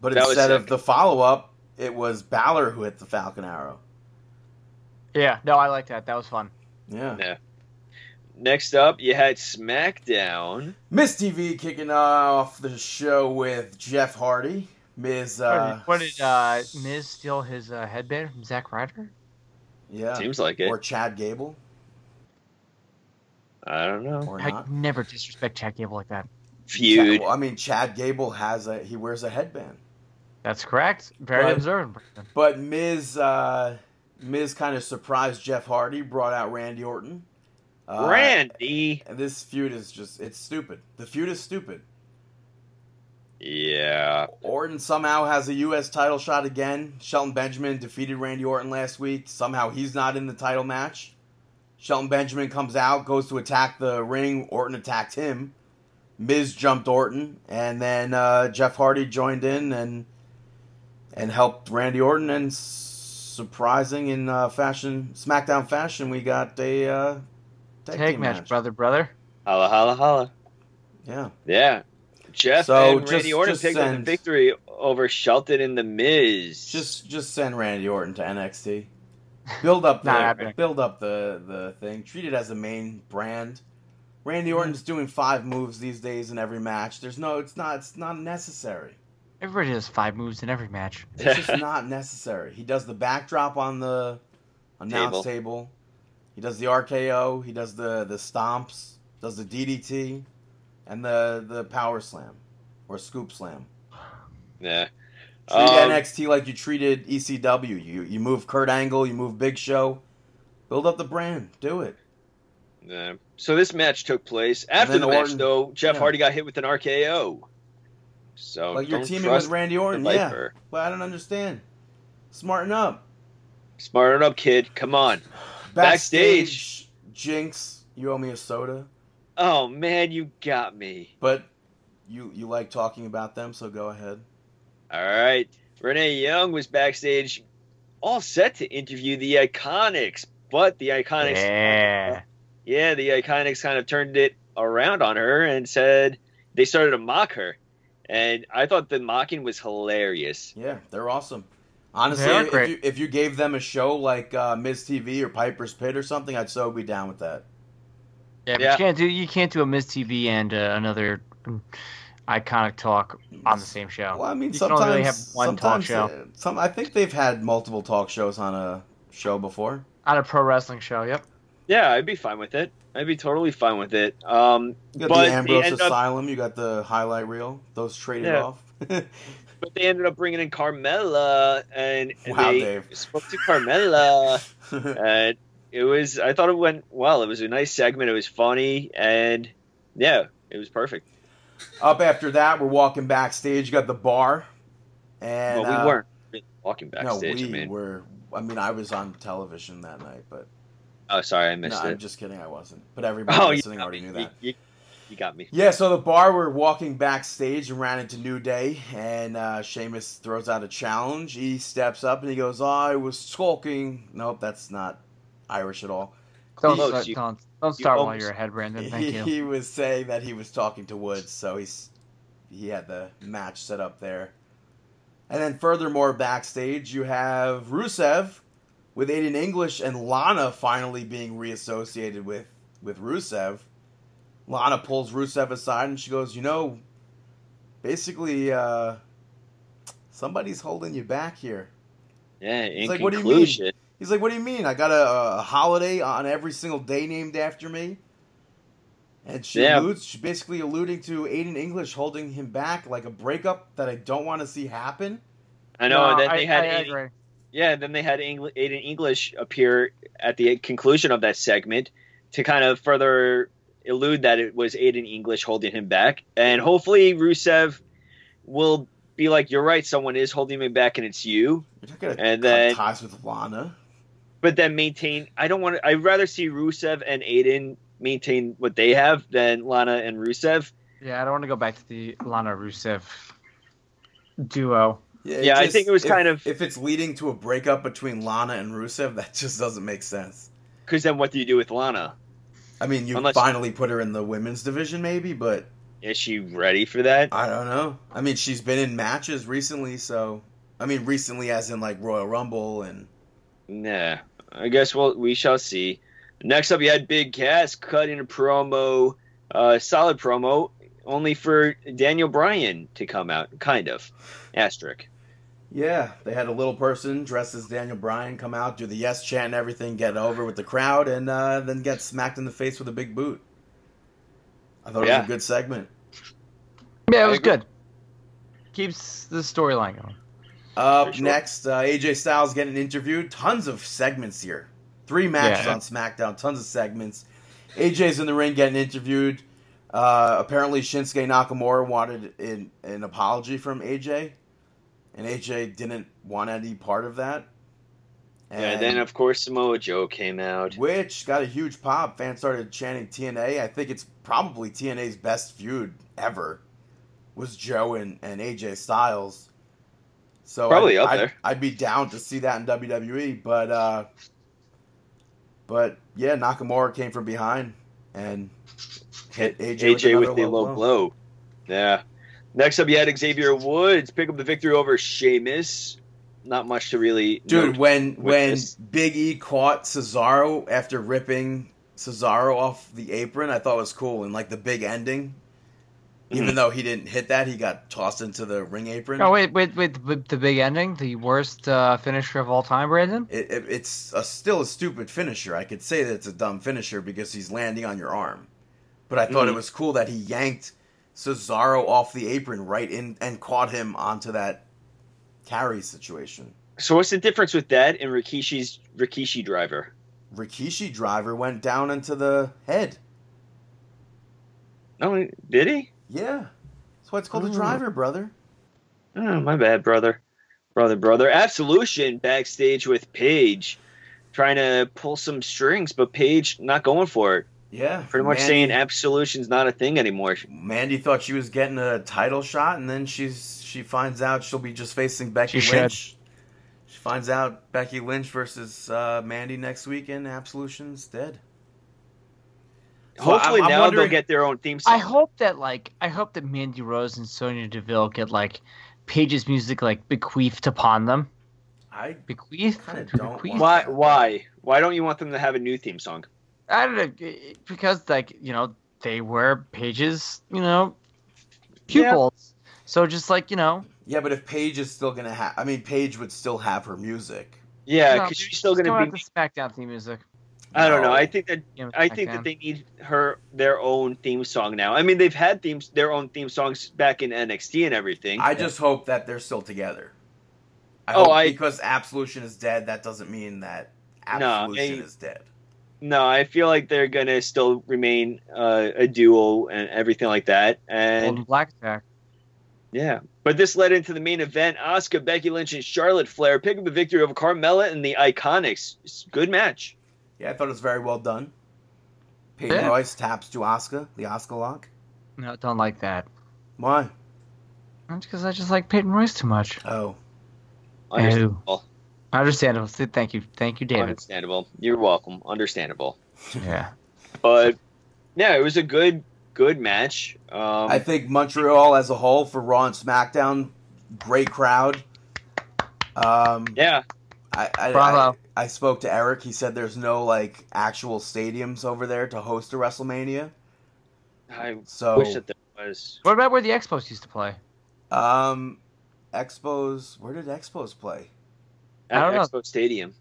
But
That was
instead of
sick.
the follow up, it was Balor who hit the Falcon Arrow.
Yeah, no, I like that. That was fun.
Yeah.
Yeah. Next up, you had SmackDown.
Miss TV kicking off the show with Jeff Hardy. Ms. Uh,
what did, what did uh, Miz steal his uh, headband from Zack Ryder?
Yeah.
Seems like it.
Or Chad Gable.
I don't know.
Or
I
not.
never disrespect Jack Gable like that.
Feud.
Chad- well, I mean, Chad Gable has a, he wears a headband.
That's correct. Very
But-
observant. Brandon.
But Miz, uh, Miz kind of surprised Jeff Hardy, brought out Randy Orton. Uh,
Randy.
and This feud is just, it's stupid. The feud is stupid.
Yeah.
Orton somehow has a U.S. title shot again. Shelton Benjamin defeated Randy Orton last week. Somehow he's not in the title match. Shelton Benjamin comes out, goes to attack the ring. Orton attacked him. Miz jumped Orton, and then uh, Jeff Hardy joined in and and helped Randy Orton. And s- surprising in uh, fashion, SmackDown fashion, we got a uh, tag,
Tag
team
match,
match,
brother, brother.
Holla, holla, holla.
Yeah,
Yeah. Jeff
So,
and
just-
Randy Orton
just
picked up the
send-
victory over Shelton and The Miz.
just just send Randy Orton to NXT. Build up the
Not happening.
build up the the thing. Treat it as a main brand.
Mm-hmm.
Randy Orton's doing five moves these days in every match. There's no, it's not, it's not necessary.
Everybody does five moves in every match.
It's just not necessary. He does the backdrop on the announce table.
Table.
He does the RKO. He does the the stomps. Does the DDT, and the the power slam, or scoop slam.
yeah.
Treat
Um,
NXT like you treated ECW. You you move Kurt Angle. You move Big Show. Build up the brand. Do it.
Yeah. So this match took place
And
after
then
the match,
Orton-
though. Jeff
yeah.
Hardy got hit with an RKO. So
Like you're
Oh, don't
teaming
trust
with Randy
the
Orton. Yeah.
Viper.
Well, I don't understand. Smarten up.
Smarten up, kid. Come on. Backstage.
Jinx, you owe me a soda.
Oh man, you got me.
But you you like talking about them, so go ahead.
All right. Renee Young was backstage, all set to interview the Iconics, but the Iconics,
Yeah.
yeah, the Iconics kind of turned it around on her and said they started to mock her. And I thought the mocking was hilarious.
Yeah, they're awesome. Honestly,
They are
if,
great.
you, if you gave them a show like uh, Ms. TV or Piper's Pit or something, I'd so be down with that.
Yeah, but
Yeah.
you can't do you can't do a Miss TV and uh, another mm, iconic talk on the same show.
Well, I mean,
You can
sometimes
only really have one talk
sometimes,
show.
uh, Some I think they've had multiple talk shows on a show before.
on a pro wrestling show. Yep.
Yeah, I'd be fine with it. I'd be totally fine with it. Um,
You got
But
the
they
Ambrose
end up-
Asylum. You got the highlight reel. Those traded
Yeah.
off.
but they ended up bringing in Carmella, and
Wow,
they
Dave.
spoke to Carmella. and it was I thought it went well. It was a nice segment. It was funny, and yeah, it was perfect.
Up after that, we're walking backstage. You got the bar, and
But we
uh,
weren't really walking backstage.
No,
I
we
mean,
were. I mean, I was on television that night, but
oh, sorry, I
no,
missed
I'm uh,
it.
just kidding. I wasn't. But everybody
Oh, you,
listening
got
already
me.
knew
You-
that.
you- you got me.
Yeah, so the bar we're walking backstage and ran into New Day, and uh, Sheamus throws out a challenge. He steps up and he goes, "I was skulking." Nope, that's not Irish at all.
Don't
Close,
start,
you-
uh, don't, don't start while
almost-
you're ahead, Brandon. Thank
He,
you.
he was saying that he was talking to Woods, so he's he had the match set up there. And then furthermore, backstage you have Rusev with Aiden English and Lana finally being reassociated with with Rusev. Lana pulls Rusev aside and she goes, "You know, basically, uh, somebody's holding you back here."
Yeah. In
like, what do you mean?
conclusion,
He's like, "What do you mean? I got a, a holiday on every single day named after me." And she
Yeah.
alludes, she's basically alluding to Aiden English holding him back, like a breakup that I don't want to see happen.
I know. and
No,
then they had
I
Aiden-
agree.
yeah. Then they had Engl- Aiden English appear at the conclusion of that segment to kind of further elude that it was Aiden English holding him back, and hopefully Rusev will be like, "You're right. Someone is holding me back, and it's you."
You're not gonna
And
cut
then-
ties with Lana.
but then maintain. I don't want to. I'd rather see Rusev and Aiden maintain what they have than Lana and Rusev.
Yeah, I don't want to go back to the Lana Rusev duo.
it
Yeah, I think it was
if-
kind of-
if it's leading to a breakup between Lana and Rusev, that just doesn't make sense.
Because then what do you do with Lana?
I mean, you
Unless-
finally put her in the women's division, maybe, but
Is she ready for that?
I don't know. I mean, she's been in matches recently, so I mean, recently as in like Royal Rumble and
Nah. I guess we'll we shall see. Next up, you had Big Cass cutting a promo, uh, solid promo, only for Daniel Bryan to come out, kind of. Asterisk.
Yeah, they had a little person dressed as Daniel Bryan come out, do the yes chant and everything, get over with the crowd, and uh, then get smacked in the face with a big boot. I thought it
Yeah.
was a good segment.
Yeah,
I
it was
agree.
good. Keeps the storyline going.
Up
For sure.
next, uh, AJ Styles getting interviewed. Tons of segments here. Three matches
Yeah.
on SmackDown, tons of segments. AJ's in the ring getting interviewed. Uh, apparently, Shinsuke Nakamura wanted an, an apology from AJ, and AJ didn't want any part of that.
Yeah, and then of course Samoa Joe came out.
which got a huge pop. Fans started chanting TNA. I think it's probably TNA's best feud ever was Joe and, and AJ Styles. So
Probably
I'd,
up
I'd-
there.
I'd be down to see that in WWE, but uh, but yeah, Nakamura came from behind and hit AJ, with,
the low blow. Yeah. Next up, you had Xavier Woods pick up the victory over Sheamus. Not much to really.
Dude,
note.
when
with
when
this-
Big E caught Cesaro after ripping Cesaro off the apron, I thought was cool. And like the big ending, even though he didn't hit that, he got tossed into the ring apron.
Oh wait, wait, wait! The, the big ending, the worst uh, finisher of all time, Brandon.
It, it, it's a, still a stupid finisher. I could say that it's a dumb finisher because he's landing on your arm, but I thought it
Mhm.
was cool that he yanked Cesaro off the apron right in and caught him onto that carry situation.
so what's the difference with that and Rikishi's Rikishi driver?
Rikishi driver went down into the head.
No, did he?
Yeah. That's why it's called a
Ooh.
driver, brother.
Oh, my bad, brother, brother, brother. Absolution backstage with Paige, trying to pull some strings, but Paige not going for it.
Yeah.
Pretty much
Mandy,
saying Absolution's not a thing anymore.
Mandy thought she was getting a title shot, and then she's she finds out she'll be just facing Becky
She should.
Lynch. She finds out Becky Lynch versus uh, Mandy next week, and Absolution's dead. Well,
Hopefully
I'm- I'm
now
wondering-
they'll get their own theme song.
I hope that like I hope that Mandy Rose and Sonia Deville get like Paige's music like bequeathed upon them.
I
Bequeathed?
Kinda don't
Bequeathed?
why? Why? Why don't you want them to have a new theme song?
I don't know eh, because like you know they were Paige's you know
Yeah.
pupils. So just like you know,
yeah, but if Paige is still gonna have, I mean, Paige would still have her music.
Yeah,
No,
because she's still
just
gonna
go
be.
back down to SmackDown theme music.
I don't know.
No.
I think that
Give 'em
I think that
SmackDown.
they need her their own theme song now. I mean, they've had themes their own theme songs back in NXT and everything.
I just hope that they're still together. I
Oh,
hope
I-
because Absolution is dead. That doesn't mean that
No,
Absolution
I-
is dead.
no, I feel like they're gonna still remain uh, a duo and everything like that. And
Golden Blackjack.
yeah, but this led into the main event: Oscar, Becky Lynch, and Charlotte Flair pick up the victory over Carmella and the Iconics. It's a Good match.
Yeah, I thought it was very well done. Peyton
Yeah.
Royce taps to Asuka, the Asuka lock.
No, don't like that.
Why?
That's because I just like Peyton Royce too much.
Oh,
Understandable.
Understandable. Th- Thank you, thank you, David.
Understandable. You're welcome. Understandable.
Yeah.
but yeah, it was a good good match. Um,
I think Montreal as a whole for Raw and SmackDown, great crowd. Um,
yeah,
I, I,
Bravo.
I, I spoke to Eric. He said there's no like actual stadiums over there to host a WrestleMania.
I
So
wish that there was.
What about where the Expos used to play?
um, Expos. Where did Expos play?
At
I don't know.
Expo Stadium.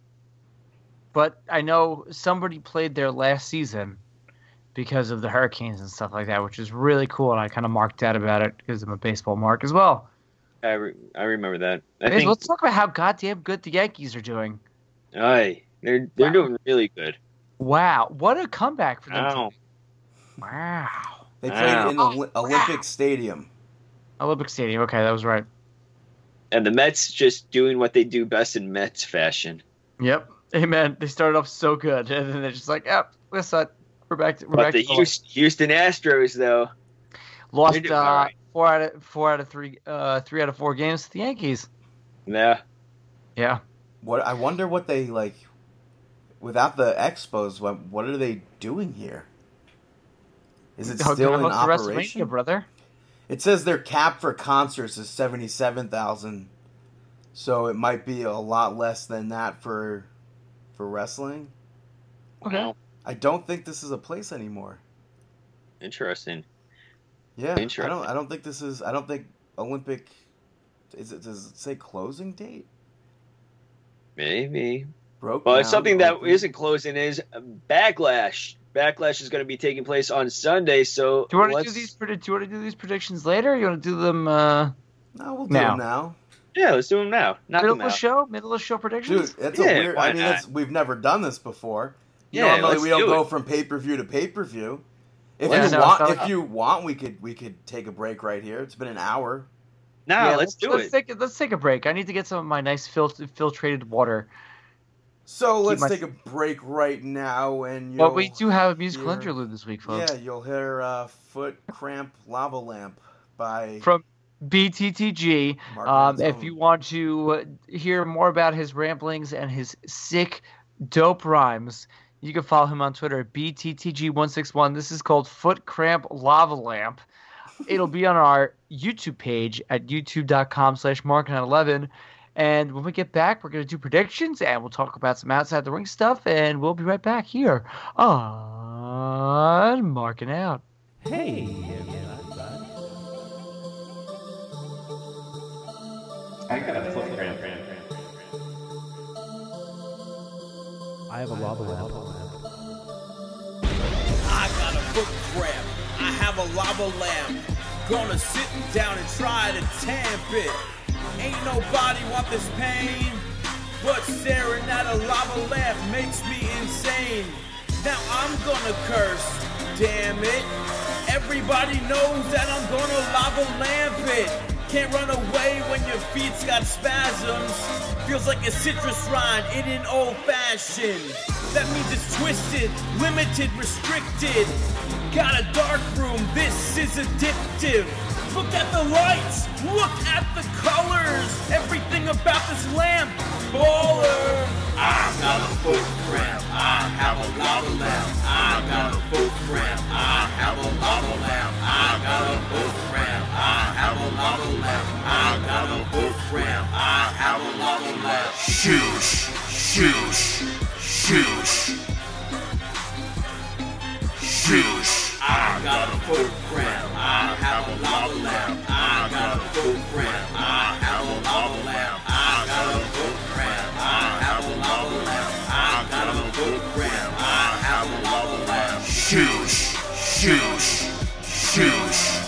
But I know somebody played there last season because of the hurricanes and stuff like that, which is really cool. And I kind of marked out about it because I'm a baseball mark as well.
I, re- I remember that. I
Guys,
think
Let's talk about how goddamn good the Yankees are doing.
aye, they're they're
Wow.
doing really good.
Wow, what a comeback for them!
Wow.
Wow.
They played
Wow.
in Oli- Olympic Stadium.
Olympic Stadium. Okay, that was right.
And the Mets just doing what they do best in Mets fashion.
Yep. Amen. They started off so good, and then they're just like, "Yep, let's not. We're back. To, we're
But
back
the
to normal."
Houston, Houston Astros, though,
lost
They did
uh,
all right.
four out of four out of three uh, three out of four games to the Yankees.
yeah,
Yeah,
What I wonder what they like without the Expos. What what are they doing here? Is it
How
still
can I
in
host the WrestleMania,
operation?
brother.
It says their cap for concerts is seventy seven thousand, so it might be a lot less than that for for wrestling.
Okay.
Wow.
I don't think this is a place anymore.
interesting.
Yeah, I
Interesting.
don't. I don't think this is. I don't think Olympic. Is it? Does it say closing date?
Maybe
Broke.
But
down
something that
open-
isn't closing is Backlash. Backlash is going to be taking place on Sunday, so
Do you want to do
let's-
these? predi- Do you want to do these predictions later? Or you want to do them uh,
No, we'll do
now.
it now.
Yeah, let's do them now. Not
middle
them
of the
out.
show? Middle of the show
Dude,
predictions?
that's
Yeah,
a weird.
why
I mean,
not?
that's, we've never done this before.
Yeah,
Normally,
let's
we don't
do
go
it.
from pay per view to pay per view. If
Yeah,
you
no,
want,
it's
if
not-
you want, we could we could take a break right here. It's been an hour.
No,
Yeah,
let's, do
let's
it.
Take, let's take a break. I need to get some of my nice fil- filtrated water.
So let's
my-
take a break right now, and you'll,
But we do have a musical
here.
interlude this week, folks.
yeah, you'll hear uh, "Foot Cramp Lava Lamp" by
From BTTG.
Mark
Um,
Manzone.
if you want to uh, hear more about his ramblings and his sick, dope rhymes, you can follow him on Twitter at bttg161. This is called Foot Cramp Lava Lamp. It'll be on our YouTube page at youtube.com slash mark911. And when we get back, we're going to do predictions and we'll talk about some outside the ring stuff. And we'll be right back here on Marking Out.
I got a foot cramp. I have a lava lamp. Gonna sit down and try to tamp it. Ain't nobody want this pain, but staring at a lava lamp makes me insane. Now I'm gonna curse, damn it. Everybody knows that I'm gonna lava lamp it. Can't run away when your feet's got spasms. Feels like a citrus rind in an old fashioned. That means it's twisted, limited, restricted. Got a dark room, this is addictive. Look at the lights, look at the colors. Everything about this lamp, baller. I got a foot cramp. I have a lava lamp. I got a foot cramp. I have a lava lamp. I got a foot cramp. I have a lava lamp. I got a foot cramp. I have a lava lamp. Shoosh, shoosh, shoosh. Shoosh. I got a foot cramp. I have a lava lamp. I got a foot cramp. I have a lava lamp. I got a foot cramp. I have a lava lamp. I got a foot cramp. I have a lava lamp. Shoosh, shoosh, shoosh.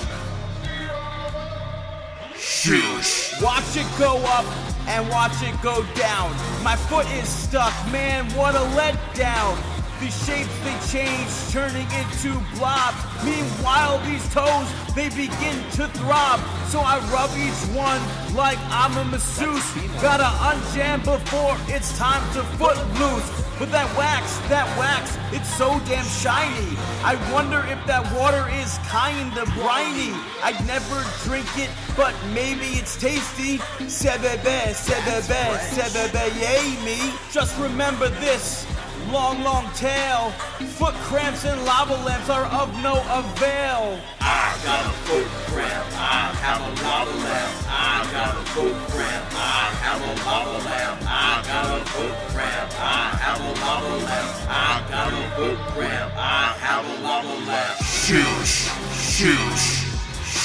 Watch it go up and watch it go down. My foot is stuck, man, what a letdown. The shapes they change, turning into blobs. Meanwhile, these toes, they begin to throb. So I rub each one like I'm a masseuse. Gotta unjam before it's time to foot loose. But that wax, that wax, it's so damn shiny. I wonder if that water is kinda briny. I'd never drink it, but maybe it's tasty. Sebebe, sebebe, sebebe, yay me. Just remember this. Long, long tail. Foot cramps and lava lamps are of no avail. I got a foot cramp. I have a lava lamp. I got a foot cramp. I have a lava lamp. I got a foot cramp. I have a lava lamp. I got a foot cramp. I have a lava lamp. Shoosh, shoosh,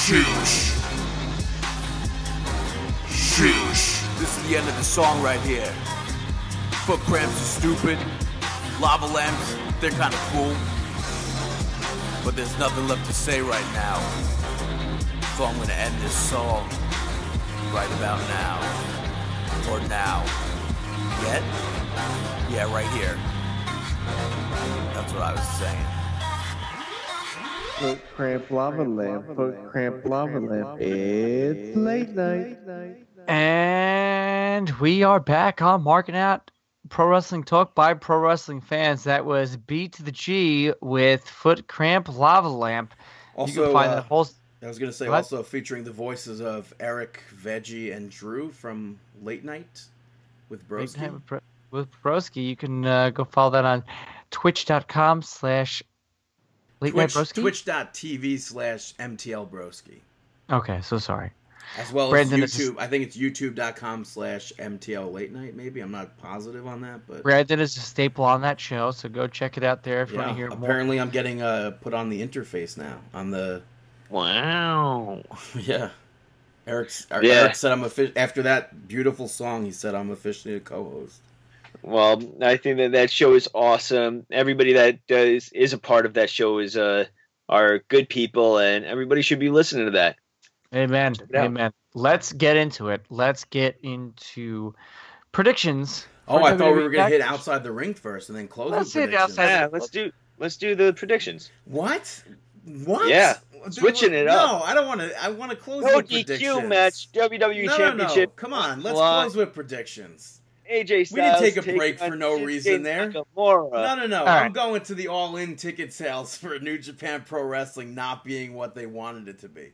shoosh. Shoosh. This is the end of the song right here. Foot cramps are stupid. Lava lamps, they're kind of cool. But there's nothing left to say right now. So I'm gonna end this song right about now. Or now. Yet? Yeah, right here. That's what I was saying.
Foot cramp lava lamp, foot cramp lava lamp. It's late night.
And we are back on Marking Out Pro Wrestling Talk by Pro Wrestling Fans. That was B to the G with Foot Cramp Lava Lamp. you
Also,
can find
uh,
that whole.
I was gonna say
Go ahead.
also featuring the voices of Eric, Veggie, and Drew from Late Night with
Big Night
Broski.
with Bro- with Broski. You can uh, go follow that on twitch.com slash late night
Twitch,
broski.
twitch.tv slash MTL Broski.
Okay, so sorry.
As well
Brandon,
as
this is-
YouTube. I think it's youtube.com slash MTL Late Night, maybe. I'm not positive on that, but
Brandon is a staple on that show, so go check it out there if you want
yeah,
to hear more.
apparently I'm getting uh, put on the interface now. On the
Wow.
yeah. Eric's, Eric
Yeah.
said I'm offi- after that beautiful song. He said I'm officially a co-host.
Well, I think that that show is awesome. Everybody that does is a part of that show is uh are good people, and everybody should be listening to that.
Amen.
out.
Amen. Let's get into it. Let's get into predictions.
Oh,
for E
I thought we
WWE
were gonna hit
package.
outside the ring first and then close.
Let's
with
hit
predictions.
outside-
Yeah, let's do let's do the predictions.
What? What?
Yeah,
Dude,
switching it up.
No, I don't want to. I want to close
No
with
DQ
predictions.
match, WWE
No, no, no.
Championship.
Come on, let's
Lot.
close with predictions.
AJ Styles.
We didn't take a
taking
break
on
for no
Shinsuke
reason there.
Nakamura.
no, no, no.
right.
I'm going to the all-in ticket sales for New Japan Pro Wrestling not being what they wanted it to be.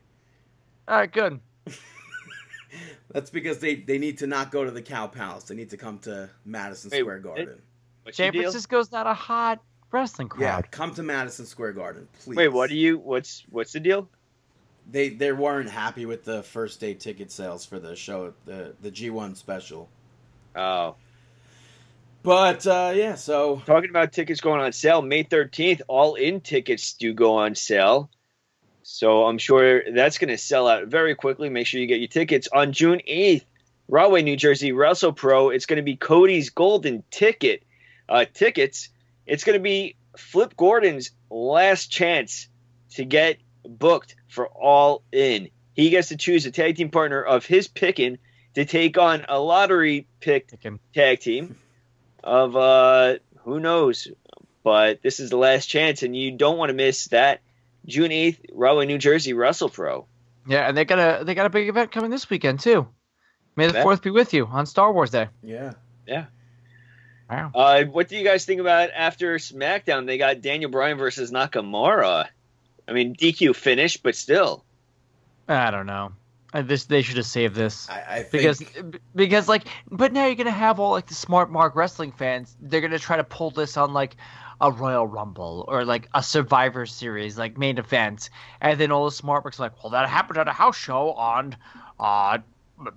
All right, good.
That's because they they need to not go to the Cow Palace. They need to come to Madison
Wait,
Square
what?
Garden.
What's your
San
deal?
Francisco's not a hot wrestling
Yeah,
crowd.
come to Madison Square Garden, please.
Wait, what do you? What's what's the deal?
They they weren't happy with the first day ticket sales for the show, the the G1 special.
Oh,
But uh, yeah, so
talking about tickets going on sale May thirteenth. All in tickets do go on sale, so I'm sure that's going to sell out very quickly. Make sure you get your tickets on June eighth. Rahway, New Jersey, Wrestle Pro. It's going to be Cody's Golden Ticket uh, tickets. It's going to be Flip Gordon's last chance to get booked for All In. He gets to choose a tag team partner of his picking to take on a lottery pick
Taken.
tag team of uh who knows but this is the last chance and you don't want to miss that june 8th Rahway, new jersey russell pro
Yeah, and they got a they got a big event coming this weekend too. May the
Yeah.
fourth be with you on Star Wars Day.
yeah,
Wow.
uh what do you guys think about after smackdown they got daniel bryan versus nakamura i mean dq finished but still
I don't know. Uh, this they should have saved this
I, I think
because because like but now you're gonna have all like the smart mark wrestling fans they're gonna try to pull this on like a royal rumble or like a survivor series like main event and then all the smart marks are like well that happened at a house show on uh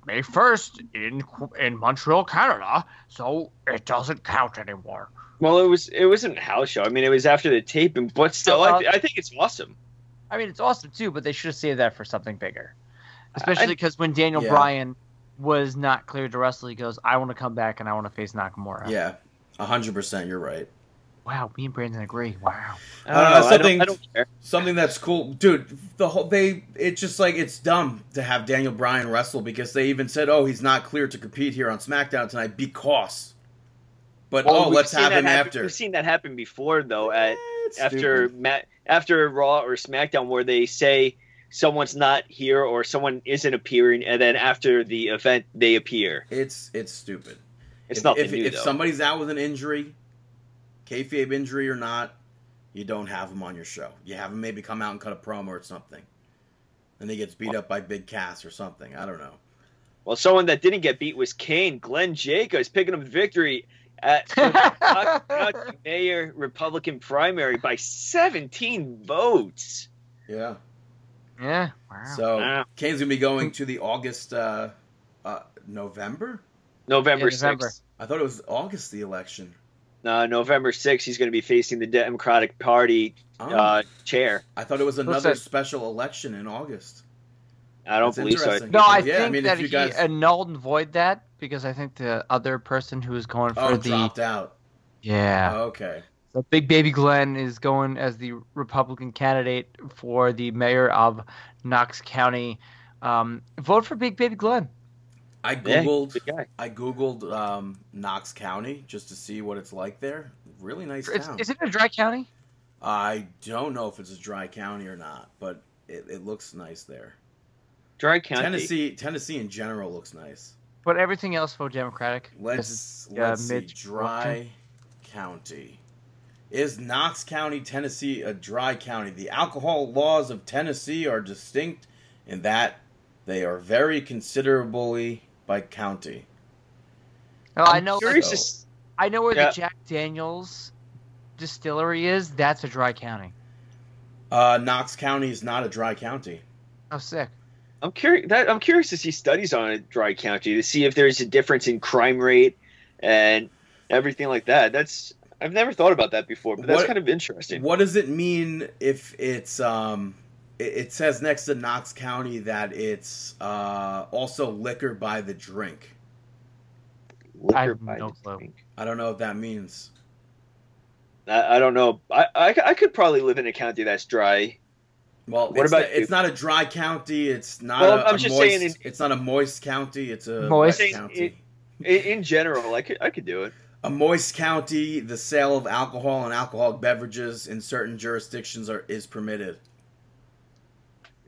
may 1st in in montreal canada so it doesn't count anymore
Well, it was it wasn't a house show. I mean, it was after the taping, but still,
Uh,
I, I think it's awesome.
i mean it's awesome too but they should have saved that for something bigger especially because when daniel
Yeah.
bryan was not cleared to wrestle he goes i want to come back and i want to face nakamura
yeah, hundred percent. You're right.
Wow, me and Brandon agree. Wow.
I
Uh,
don't know. I don't-
something-
I don't care.
Something that's cool, dude. The whole they it's just like it's dumb to have Daniel Bryan wrestle because they even said, "Oh, he's not clear to compete here on SmackDown tonight because." But
Well,
oh,
we've
let's
seen
have
that
him
happen-
after.
We've seen that happen before, though. At
It's
after
stupid.
Matt, after Raw or SmackDown, where they say someone's not here or someone isn't appearing, and then after the event they appear.
it's it's stupid.
It's
if,
nothing
if,
new
if
though.
somebody's out with an injury, kayfabe injury or not, you don't have him on your show. You have him maybe come out and cut a promo or something, and he gets beat up by Big Cass or something. I don't know.
well, someone that didn't get beat was Kane. Glenn Jacobs picking up the victory at the mayor Republican primary by 17 votes.
Yeah.
yeah. Wow.
So
Wow.
Kane's gonna be going to the August, uh, uh, November.
November
Yeah, November.
6th.
I thought it was August the election.
Uh, November 6th, he's going to be facing the Democratic Party
Oh,
uh, chair.
I thought it was
What's
another
that?
special election in August.
I don't
That's
believe so.
interesting.
no, I
Yeah, I
think
mean, if
that
you
he
guys-
annulled and void that because I think the other person who is going for
Oh,
the
dropped Oh. out.
yeah,
Okay.
so Big Baby Glenn is going as the Republican candidate for the mayor of Knox County. Um, vote for Big Baby Glenn.
I
Yeah,
googled.
good guy.
I googled um, Knox County just to see what it's like there. Really nice
It's,
town.
is it a dry county?
I don't know if it's a dry county or not, but it, it looks nice there.
Dry County.
Tennessee, Tennessee in general looks nice.
But everything else vote Democratic. This
Let's
yeah,
let's see.
Mitch
Dry county is Knox County, Tennessee, a dry county. The alcohol laws of Tennessee are distinct in that they are very considerably by county.
is- oh, I know.
Curious
So-
to s-
I know where
Yeah.
the Jack Daniels distillery is. That's a dry county.
Uh, Knox County is not a dry county.
Oh, sick.
I'm curious. That, I'm curious to see studies on a Dry County to see if there's a difference in crime rate and everything like that. That's I've never thought about that before, but that's
What-
kind of interesting.
What does it mean if it's um it, it says next to Knox County that it's uh also liquor by the drink.
Liquor
I have
by
no
the
clue.
drink.
I don't know what that means.
I, I don't know. I, I I could probably live in a county that's dry.
Well,
What
it's,
about
not- it's
you?
not a dry county, it's not
Well,
a,
I'm
a
just
moist,
saying in-
it's not a moist county, it's a
Moist.
wet
Saying
county.
it- In, in general, I could I could do it.
a moist county, the sale of alcohol and alcoholic beverages in certain jurisdictions are is permitted.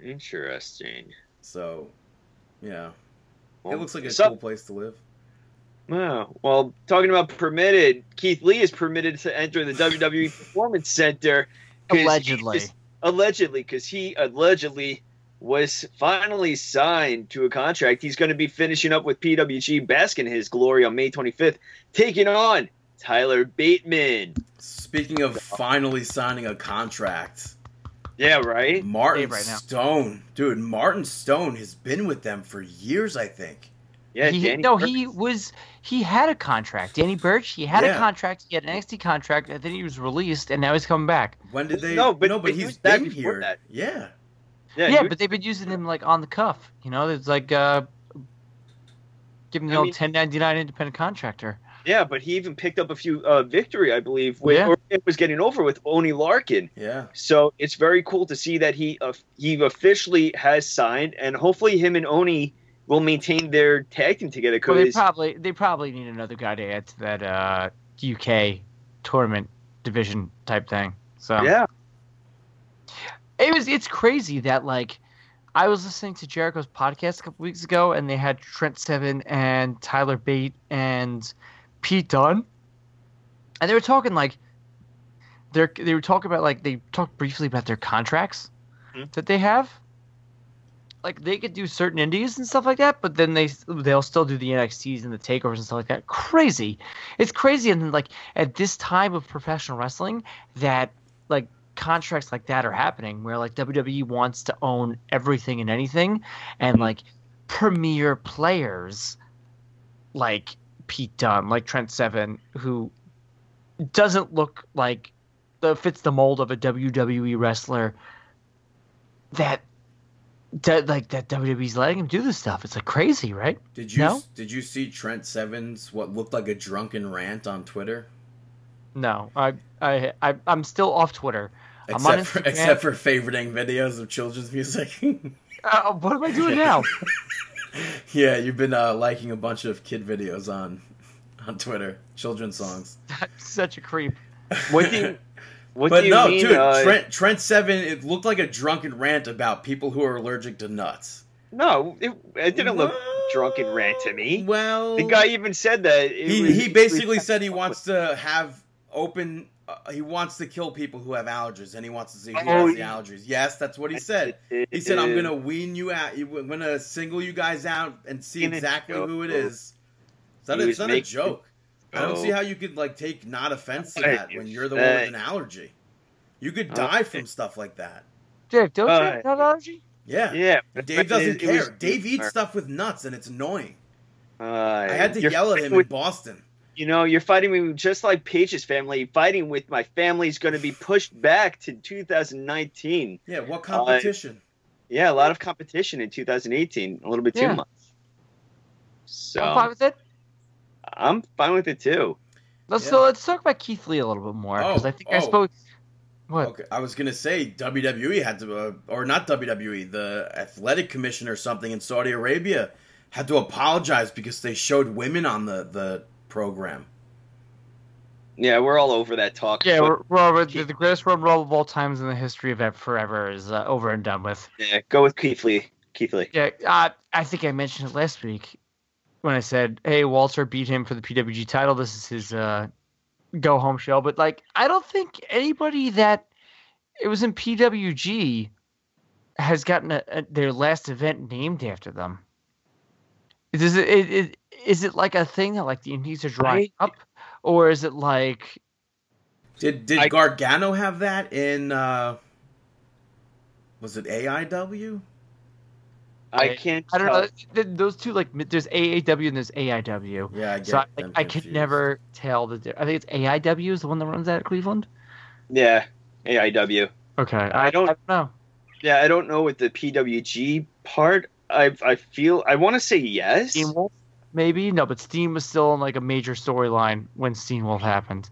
Interesting.
So, yeah.
Well,
it looks like a
so-
cool place to live.
Wow. Well, talking about permitted, Keith Lee is permitted to enter the WWE Performance Center 'cause he
Allegedly.
just- allegedly, because he allegedly was finally signed to a contract. He's going to be finishing up with PWG Bask in his glory on May 25th, taking on Tyler Bateman.
Speaking of finally signing a contract,
Yeah, right.
Martin
Dave right now.
Stone, dude. Martin Stone has been with them for years, I think.
Yeah,
he,
Danny
no,
Burke.
he was he had a contract. Danny Birch, he had
Yeah.
a contract. He had an NXT contract, and then he was released, and now he's coming back.
When did they?
No, but-
no, but
but he
he's
was back
been
before
here.
that.
Yeah,
Yeah,
Yeah,
he-
but they've been using him like on the cuff. You know, it's like uh, give him the
I
old
mean-
1099 independent contractor.
yeah, but he even picked up a few uh, victory, I believe, with,
Yeah.
or it was getting over with Oni Larkin.
yeah.
So it's very cool to see that he uh, he officially has signed, and hopefully him and Oni will maintain their tag team together.
Well, they
Because
probably they probably need another guy to add to that uh, UK tournament division type thing. So
yeah,
it was it's crazy that like I was listening to Jericho's podcast a couple weeks ago and they had Trent Seven and Tyler Bate and Pete Dunne. And they were talking like they're they were talking about like they talked briefly about their contracts
Mhm.
that they have. like they could do certain indies and stuff like that, but then they they'll still do the NXTs and the takeovers and stuff like that. Crazy, it's crazy. And like at this time of professional wrestling, that like contracts like that are happening, where like WWE wants to own everything and anything, and like premier players, like Pete Dunne, like Trent Seven, who doesn't look like the fits the mold of a WWE wrestler. That that like that WWE's letting him do this stuff. It's like crazy, right?
Did you
No?
did you see Trent Seven's what looked like a drunken rant on Twitter?
No, I I, I I'm still off Twitter. I'm on
Except for,
Instagram.
except for favoriting videos of children's music.
Uh, what am I doing now?
yeah, you've been uh, liking a bunch of kid videos on on Twitter, children's songs.
I'm such a creep.
What do you, what
but
do you
no,
mean?
dude,
uh,
Trent Trent Seven, it looked like a drunken rant about people who are allergic to nuts.
no, it, it didn't look drunken rant to me.
Well,
The guy even said that. It
he,
was-
he basically said he wants to have open. Uh, he wants to kill people who have allergies, and he wants to see who
Oh,
has the
he-
allergies. Yes, that's what he said. He said, "I'm gonna wean you out. I'm gonna single you guys out and see
Gonna
exactly
joke.
who it is." It's not,
He
a,
was
it's not a
making-
joke. I don't
Oh,
see how you could like take not offense to that when you're the one with an allergy. You could die from stuff like that.
Dave, don't you
Uh,
have an allergy?
Yeah.
Yeah, but
Dave doesn't
it- it
care.
was-
Dave eats stuff with nuts, and it's annoying.
Uh,
I had to
you're
yell at
fighting
him in
With,
Boston.
you know, you're fighting me just like Paige's family. Fighting with my family is going to be pushed back to 2019.
Yeah, what competition?
Yeah, a lot of competition in 2018. A little bit
Yeah.
too much. So
I'm fine with it.
with it too.
Let's
Yeah.
so let's talk about Keith Lee a little bit more because
Oh,
I think I
oh.
spoke. What?
Okay, I was gonna say WWE had to, uh, or not WWE, the athletic commission or something in Saudi Arabia had to apologize because they showed women on the the program.
Yeah, we're all over that talk.
Yeah,
But-
we're, we're over- the, the greatest Royal Rumble of all times in the history of ev- forever is uh, over and done with.
yeah, go with Keith Lee. Keith Lee.
Yeah, uh, I think I mentioned it last week when I said, "Hey, Walter beat him for the PWG title. This is his uh, go home show." But like, I don't think anybody that it was in PWG has gotten a, a, their last event named after them. Is it, it, it is it like a thing that like the Indies are drawing up, or is it like
Did did
I-
Gargano have that in? Uh, was it AIW?
I
I-
can't.
I don't
tell.
know? Th- Those two like mi- there's AAW and there's AIW.
Yeah, I get
So I, like,
them
I could
confused.
never tell the. di- I think it's AIW is the one that runs out of Cleveland.
Yeah, AIW.
Okay,
I don't-
I don't know.
Yeah, I don't know with the PWG part. I I feel I want to say yes.
Steam Wolf, maybe no, but Steam was still in like a major storyline when Steam Wolf happened.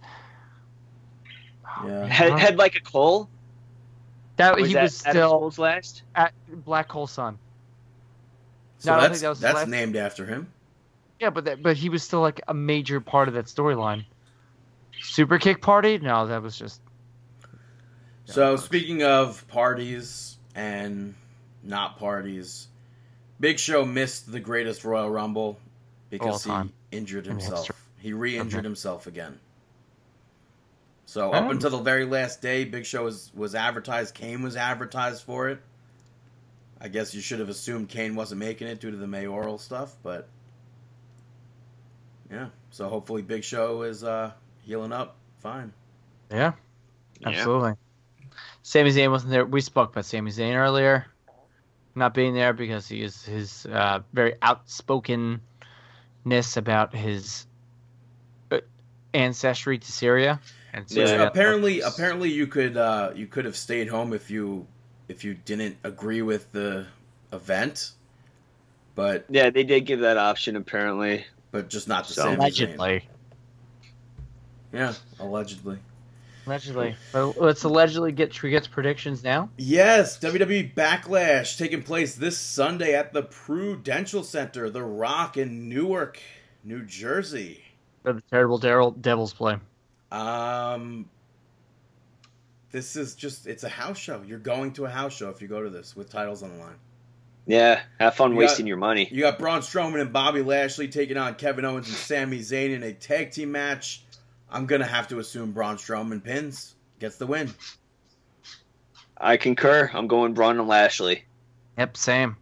Yeah.
Had, had like a Cole.
That he
that
was
Adam
still
Cole's last.
at Black Hole Sun.
So
No, I don't
that's
think that was his
that's
last-
named after him.
Yeah, but that, but he was still like a major part of that storyline. Super Kick Party? No, that was just
So speaking of parties and not parties, Big Show missed the greatest Royal Rumble
All
because he
time.
injured
In
himself.
history.
He re-injured
Okay.
himself again. So up
Oh.
until the very last day, Big Show was was advertised. Kane was advertised for it. I guess you should have assumed Kane wasn't making it due to the mayoral stuff, but yeah. So hopefully, Big Show is uh, healing up fine.
yeah, absolutely. Sami Zayn wasn't there. We spoke about Sami Zayn earlier, not being there because he is his uh, very outspokenness about his uh, ancestry to Syria. And
Which
Yeah.
apparently, apparently you could uh, you could have stayed home if you if you didn't agree with the event, but
Yeah, they did give that option apparently.
but just not the
So-
same.
allegedly,
yeah, allegedly.
allegedly. Well, let's allegedly get Triget's predictions now.
Yes, WWE E Backlash taking place this Sunday at the Prudential Center, The Rock in Newark, New Jersey.
For the terrible Daryl Devils play.
Um, this is just it's a house show. You're going to a house show if you go to this with titles on the line.
Yeah, have fun
You
wasting
got-
your money.
You got Braun Strowman and Bobby Lashley taking on Kevin Owens and Sami Zayn in a tag team match. I'm gonna have to assume Braun Strowman pins, gets the win.
I concur. I'm going Braun and Lashley.
Yep, same.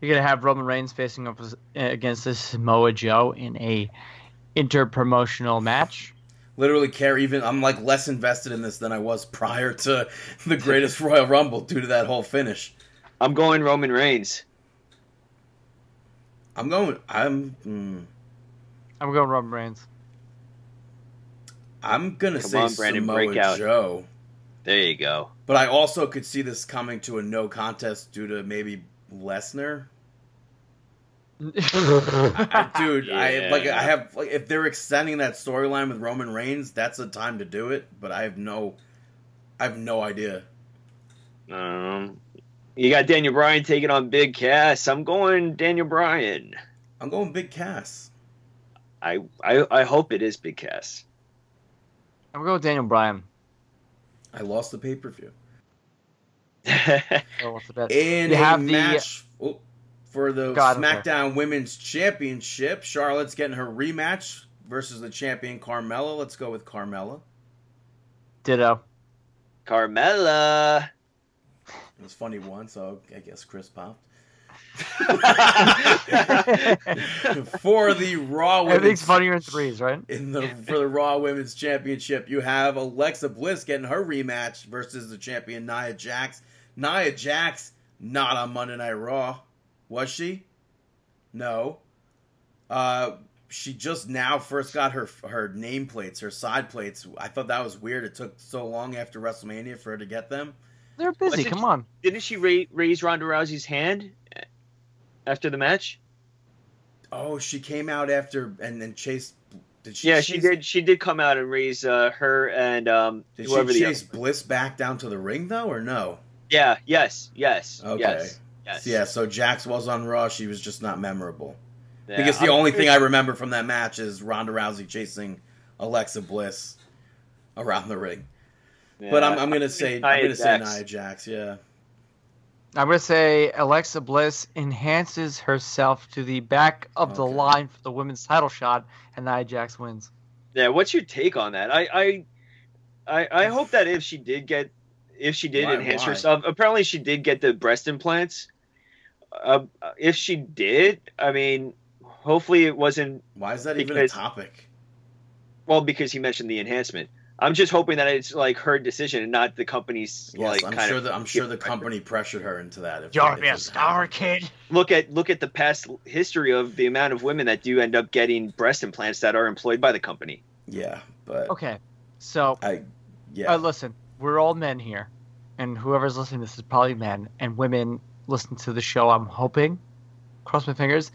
You're gonna have Roman Reigns facing up against this Samoa Joe in a interpromotional match.
Literally care even I'm like less invested in this than I was prior to the greatest Royal Rumble due to that whole finish.
I'm going Roman Reigns.
I'm going I'm mm,
I'm going Roman Reigns.
I'm gonna
Come
say
on, Brandon,
Samoa
break out.
Joe.
There you go.
But I also could see this coming to a no contest due to maybe Lesnar. I, dude, I like I
Yeah.
have like if they're extending that storyline with Roman Reigns, that's the time to do it. But I have no, I have no idea.
Um, you got Daniel Bryan taking on Big Cass. I'm going Daniel Bryan.
I'm going Big Cass.
I I, I hope it is Big Cass.
I'm going with Daniel Bryan.
I lost the pay per view
Oh, what's the best?
in
You
a
have the-
match oh, for the
God, I'm sorry.
SmackDown Women's Championship. Charlotte's getting her rematch versus the champion Carmella. Let's go with Carmella.
Ditto.
Carmella.
It was funny once, so I guess Chris popped. for the Raw Women's
Everything's funnier in threes, right?
in the for the Raw Women's Championship, you have Alexa Bliss getting her rematch versus the champion Nia Jax. Nia Jax not on Monday Night Raw, was she? No. Uh, she just now first got her her nameplates, her side plates. I thought that was weird. It took so long after WrestleMania for her to get them.
They're busy.
Wasn't-
Come on.
Didn't she ra- raise Ronda Rousey's hand after the match?
Oh, she came out after and then chased. Did she?
Yeah, she
chase-
did. She did come out and raise uh, her and um,
Did
whoever
she
the
chase Bliss back down to the ring though, or no?
yeah. Yes. Yes.
Okay.
Yes. Yes.
Yeah, so Jax was on Raw. She was just not memorable.
Yeah,
because the
I'm
only thing
curious-
I remember from that match is Ronda Rousey chasing Alexa Bliss around the ring. But I'm,
Yeah.
I'm gonna say
Nia
I'm gonna say
Jax.
Nia Jax. Yeah,
I'm gonna say Alexa Bliss enhances herself to the back of the
Okay.
line for the women's title shot, and Nia Jax wins.
Yeah, what's your take on that? I I I, I hope that if she did get if she did
Why-
enhance
why?
herself, apparently she did get the breast implants. Uh, if she did, I mean, hopefully it wasn't
why is that even
Because-
a topic?
well because he mentioned the enhancement. I'm just hoping that it's like her decision and not the company's
Yes,
like
I'm
kind
sure
of
that I'm sure the company pressured her into that. If,
You
if
wanna be a
it
star,
happened.
kid?
look at look at the past history of the amount of women that do end up getting breast implants that are employed by the company.
Yeah, but
Okay, so
I yeah
uh, listen, we're all men here, and whoever's listening, to this is probably men and women listen to the show. I'm hoping, cross my fingers.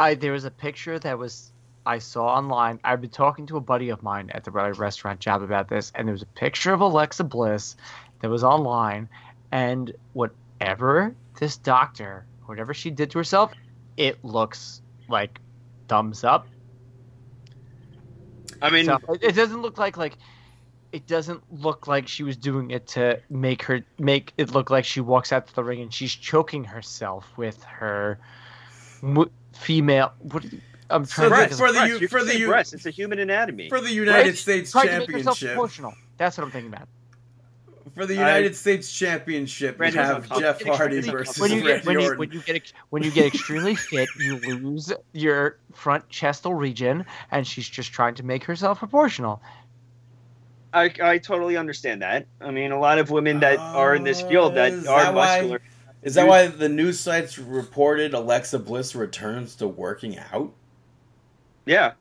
I there was a picture that was I saw online. I've been talking to a buddy of mine at the restaurant job about this, and there was a picture of Alexa Bliss that was online, and whatever this doctor, whatever she did to herself, it looks like thumbs up
I mean,
so it- it doesn't look like like it doesn't look like she was doing it to make her make it look like she walks out to the ring and she's choking herself with her mu- female. What do you- I'm
So
trying to think
that's
of-
for the
breasts,
U-
you
for
can
the
say
U-
breasts, it's a human anatomy.
for the United
Right?
States
Trying to make herself
Championship
proportional. That's what I'm thinking about.
for the United States Championship you
Brandon's
have
on top.
Jeff
Getting
Hardy
extremely-
versus
When you get
Randy
when you,
Orton.
when you get ex- when you get extremely fit, you lose your front chestal region, and she's just trying to make herself proportional.
I, I totally understand that. I mean, a lot of women that are in this field that
Uh, is
are
that why-
muscular.
Is that why the news sites reported Alexa Bliss returns to working out?
Yeah.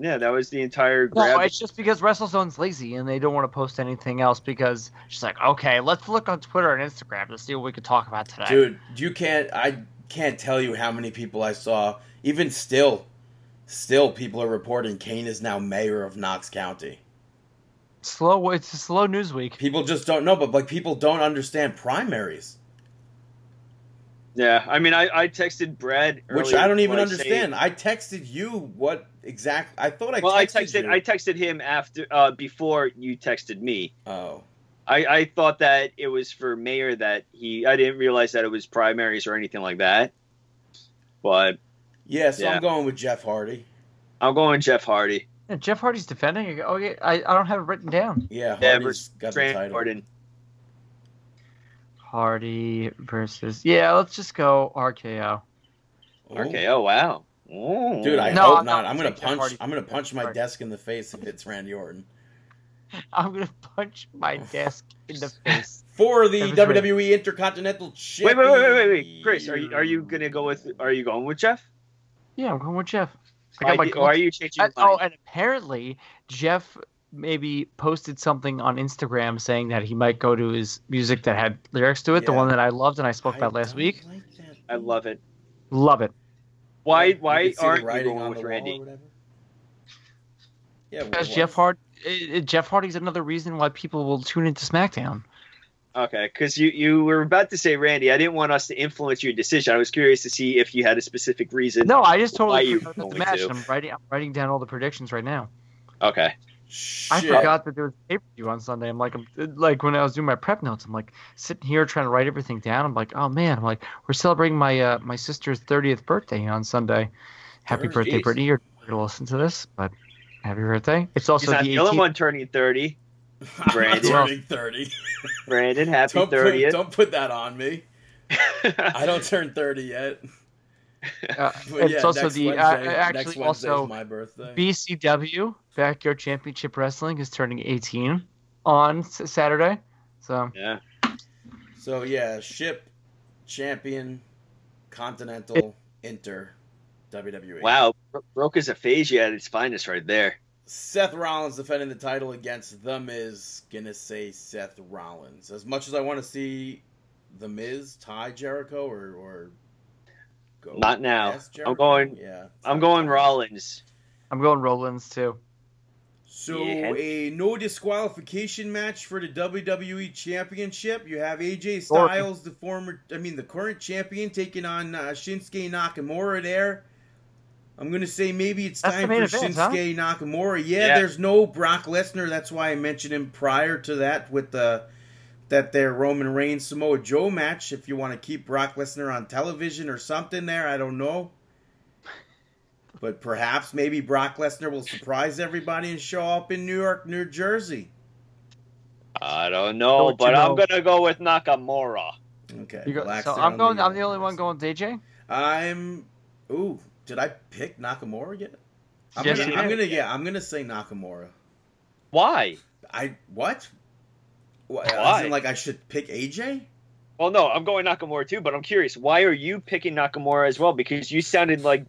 Yeah, that was the entire
No,
grab.
it's just because WrestleZone's lazy and they don't want to post anything else because she's like, okay, let's look on Twitter and Instagram to see what we can talk about today.
Dude, you can't I can't tell you how many people I saw even still still people are reporting Kane is now mayor of Knox County.
Slow, it's a slow news week.
People just don't know, but like people don't understand primaries,
yeah, I mean, I, I texted Brad,
which
earlier
I don't even
before say-
understand. I texted you what exact I thought I
well,
texted
I texted
you.
I texted him after uh, before you texted me.
oh.
I, I thought that it was for mayor that he. I didn't realize that it was primaries or anything like that. But
Yeah, so
Yeah.
I'm going with Jeff Hardy.
I'm going Jeff Hardy.
And Jeff Hardy's defending. Oh yeah, I, I don't have it written down.
Yeah,
Yeah,
Hardy's got the
Fran
title.
Jordan.
Hardy versus. Yeah, let's just go RKO.
Ooh.
Okay. Oh wow. Ooh.
Dude, I
No,
hope
I'm not
not. I'm gonna
taking
punch.
Hardy.
I'm gonna punch my
Sorry.
desk in the face if it's Randy Orton.
I'm gonna punch my desk in the face.
for the
Every three.
WWE Intercontinental
Wait,
Championship.
wait, wait, wait, wait, wait, Chris, are you are you gonna go with? Are you going with Jeff?
Yeah, I'm going with Jeff. I
Or
got my
do- or are you changing?
And- oh,
mine?
and apparently Jeff maybe posted something on Instagram saying that he might go to his music that had lyrics to it, the
Yeah.
one that I loved and I spoke about last week.
I love it.
Love it.
Why? Why aren't you going with Randy?
Yeah,
Because
well,
Jeff Hard, eh, eh, Jeff Hardy's another reason why people will tune into SmackDown.
Okay, because you you were about to say Randy. I didn't want us to influence your decision. I was curious to see if you had a specific reason.
No, I just
Why
totally
you
forgot about the
going
match.
to?
and I'm writing, I'm writing down all the predictions right now.
Okay.
shit.
I forgot that there was pay per view on Sunday. I'm like, I'm like when I was doing my prep notes, I'm like sitting here trying to write everything down. I'm like, oh man, I'm like we're celebrating my uh, my sister's 30th birthday on Sunday. Happy
Thirty,
birthday,
jeez.
Brittany! You're going to listen to this, but happy birthday! It's also
He's not
the
the only
18th.
one turning thirty.
I'm
Randy.
turning thirty.
Brandon, happy
Don't put,
thirtieth.
don't put that on me. I don't turn thirty yet.
Uh,
But
it's
yeah,
also
next
the uh,
Wednesday- next
actually
Wednesday
also
is my birthday.
BCW Backyard Championship Wrestling is turning 18 on S- Saturday. So
yeah.
so yeah, ship, champion, continental, inter, E. WWE.
Wow. Bro- Broca's aphasia at its finest right there.
Seth Rollins defending the title against The Miz. Gonna say Seth Rollins. As much as I want to see The Miz tie Jericho or or go
Not now.
past
I'm going-
Yeah,
I'm going Rollins.
I'm going Rollins too.
So
Yeah.
a no disqualification match for the WWE Championship. You have
Sorry.
AJ Styles, the former, I mean the current champion, taking on uh, Shinsuke Nakamura. There, I'm gonna say maybe it's
That's the
time for
main event, huh?
Shinsuke Nakamura. Yeah,
Yeah.
there's no Brock Lesnar. That's why I mentioned him prior to that with the that their Roman Reigns Samoa Joe match. If you want to keep Brock Lesnar on television or something, there, I don't know. But perhaps maybe Brock Lesnar will surprise everybody and show up in New York, New Jersey.
I don't know,
Don't you
but I'm
know.
gonna go with Nakamura.
Okay.
You go-
relax
so
it
I'm
on
going.
New
I'm the
York.
only one going with AJ.
I'm. Ooh, did I pick Nakamura yet? I'm
Yes,
gonna,
you
I'm
did.
gonna yeah, I'm gonna say Nakamura.
Why?
I what? Why?
Why?
As in, like I should pick AJ?
Well, no, I'm going Nakamura too, but I'm curious. Why are you picking Nakamura as well? Because you sounded like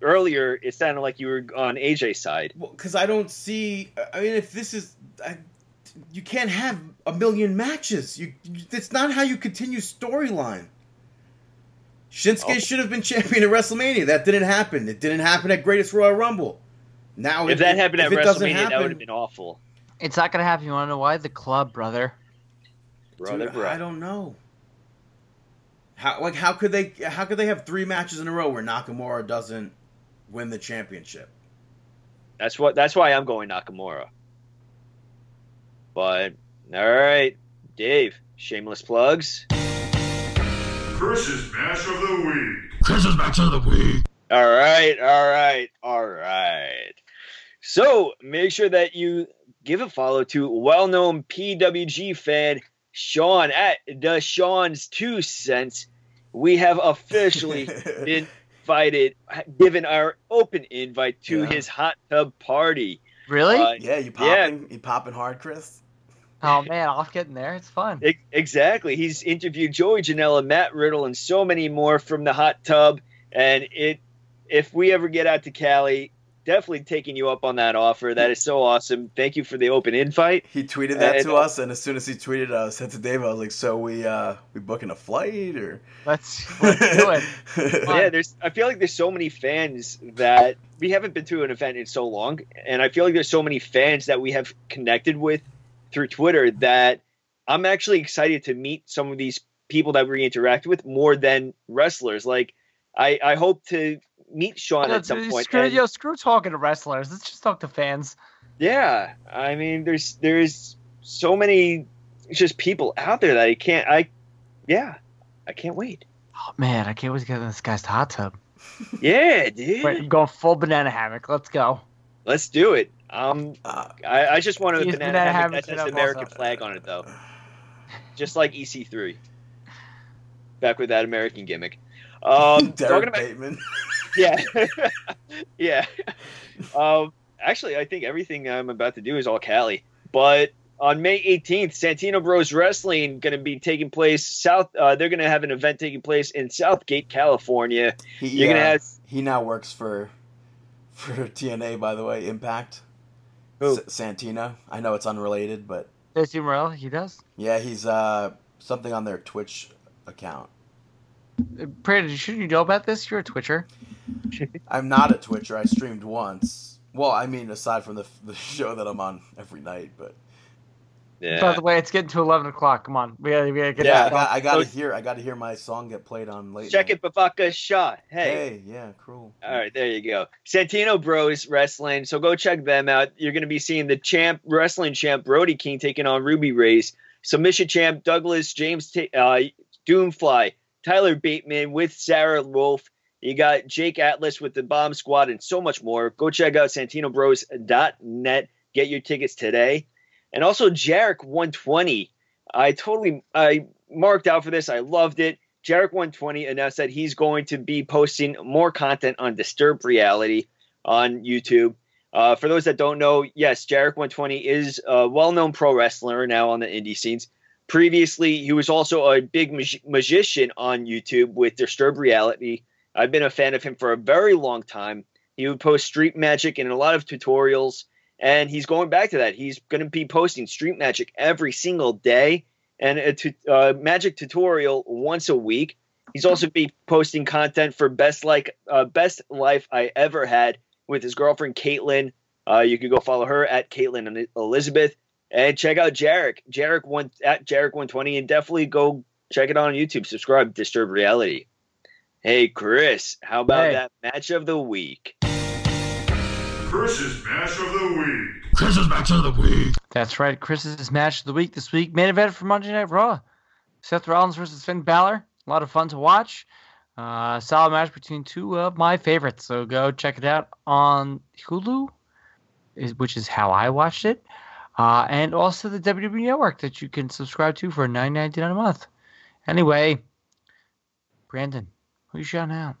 earlier, it sounded like you were on AJ's side.
Well, because I don't see. I mean, if this is, I, you can't have a million matches. You, you that's not how you continue storyline. Shinsuke
Oh.
should have been champion at WrestleMania. That didn't happen. It didn't happen at Greatest Royal Rumble. Now,
If that happened
if
at
it doesn't
WrestleMania, that
happen-
would have been awful.
It's not gonna happen. You wanna know why? The club, brother.
Brother,
Dude,
brother.
I don't know. How like how could they how could they have three matches in a row where Nakamura doesn't win the championship?
That's what. That's why I'm going Nakamura. But all right, Dave. Shameless plugs.
Chris's Bash of the Week.
All right, all right, all right. So make sure that you give a follow to well-known PWG fan Sean at the Sean's Two Cents. We have officially been invited, given our open invite to
Yeah.
his hot tub party.
Really?
Uh,
yeah, you
Yeah.
popping you popping hard, Chris.
oh man, I'll get in there. It's fun.
Ex- Exactly. He's interviewed Joey Janela, Matt Riddle, and so many more from the hot tub. And it, if we ever get out to Cali, definitely taking you up on that offer. That is so awesome. Thank you for the open invite.
He tweeted
that
that
And- to
to us, and as soon as he tweeted, I sent to Dave. I was like, "So we uh we booking a flight or?"
Let's, let's do it. Fun.
Yeah, there's. I feel like there's so many fans that we haven't been to an event in so long, and I feel like there's so many fans that we have connected with through Twitter that I'm actually excited to meet some of these people that we interact with more than wrestlers. Like, I I hope to meet Sean at some point.
Screw,
and-
yo, screw talking to wrestlers. Let's just talk to fans.
yeah, I mean, there's there's so many just people out there that I can't. I yeah, I can't wait.
Oh man, I can't wait to get in this guy's hot tub.
Yeah, dude,
Wait, I'm going full banana hammock. Let's go.
let's do it. Um,
Uh,
I, I just want a
Use
banana
banana
hammock
hammock
that
set
has the
up
American
also.
flag on it, though. Just like EC3. E back with that American gimmick. Um, talking
Derek
about
Bateman.
yeah, yeah. Um, actually, I think everything I'm about to do is all Cali. But on May 18th, Santino Bros Wrestling going to be taking place south. Uh, they're going to have an event taking place in Southgate, California.
He,
You're gonna
uh,
have
he now works for for TNA, by the way, Impact.
Who?
S- Santino. I know it's unrelated, but
There's Jim Morrell. He does.
yeah, he's uh something on their Twitch account.
Uh, Brandon, shouldn't you know about this? You're a Twitcher.
I'm not a Twitcher. I streamed once. Well, I mean, aside from the the show that I'm on every night, but
By
yeah.
the way, it's getting to 11 o'clock. Come on. We gotta, we gotta get
yeah, I
that
got,
done.
I got to hear. I got to hear my song get played on late.
Check
night.
it, Bavaka Shah. hey.
Hey, yeah, cool.
All right, there you go. Santino Bros Wrestling. So go check them out. You're going to be seeing the champ, wrestling champ, Brody King, taking on Ruby Rays. Submission champ, Douglas James, Ta- uh, Doomfly, Tyler Bateman with Sarah Wolf. You got Jake Atlas with the Bomb Squad and so much more. Go check out SantinoBros.net. Get your tickets today. And also Jarek 120. I totally I marked out for this. I loved it. Jarek 120 announced that he's going to be posting more content on Disturbed Reality on YouTube. Uh, for those that don't know, yes, Jarek 120 is a well known pro wrestler now on the indie scenes. Previously, he was also a big mag- magician on YouTube with Disturbed Reality. I've been a fan of him for a very long time. He would post street magic and a lot of tutorials, and he's going back to that. He's going to be posting street magic every single day and a tu- uh, magic tutorial once a week. He's also be posting content for best like uh, best life I ever had with his girlfriend Caitlin. Uh, you can go follow her at Caitlin and Elizabeth, and check out Jarek Jarek one at Jarek one twenty, and definitely go check it out on YouTube. Subscribe Disturbed Reality. Hey Chris, how about
Hey.
that match of the week?
Chris's Mash of the Week.
That's right. Chris's match of the week this week. Main event for Monday Night Raw. Seth Rollins versus Finn Balor. A lot of fun to watch. Uh, solid match between two of my favorites. So go check it out on Hulu, is, which is how I watched it. Uh, and also the WWE Network that you can subscribe to for nine ninety nine a month. Anyway, Brandon, who you shouting out?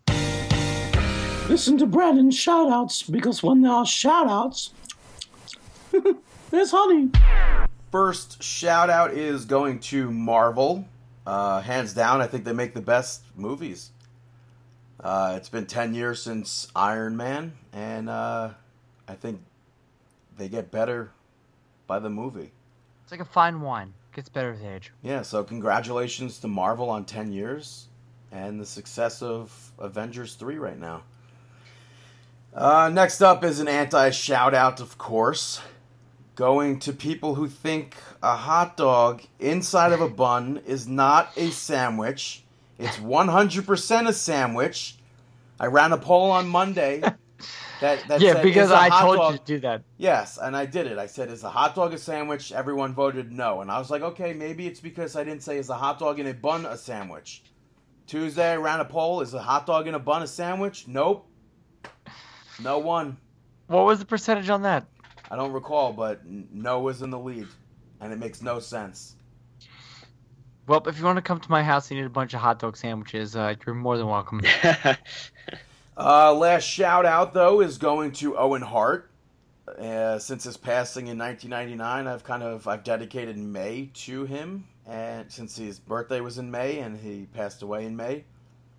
Listen to Brandon's shout outs because when there are shout outs, there's honey.
First shout out is going to Marvel. Uh, hands down, I think they make the best movies. Uh, it's been 10 years since Iron Man, and uh, I think they get better by the movie.
It's like a fine wine. Gets better with age.
Yeah, so congratulations to Marvel on 10 years and the success of Avengers 3 right now. Uh, next up is an anti shout out, of course, going to people who think a hot dog inside of a bun is not a sandwich. It's 100% a sandwich. I ran a poll on Monday. That, that
yeah,
said,
because
"Is a
I
hot
told
dog-
you to do that.
Yes, and I did it. I said, "Is a hot dog a sandwich?" Everyone voted no, and I was like, "Okay, maybe it's because I didn't say is a hot dog in a bun a sandwich." Tuesday, I ran a poll: Is a hot dog in a bun a sandwich? Nope, no one.
What was the percentage on that?
I don't recall, but n- no is in the lead, and it makes no sense.
Well, if you want to come to my house and eat a bunch of hot dog sandwiches, uh, you're more than welcome.
Uh, last shout out though is going to Owen Hart. Uh, since his passing in 1999, I've kind of I've dedicated May to him, and since his birthday was in May and he passed away in May,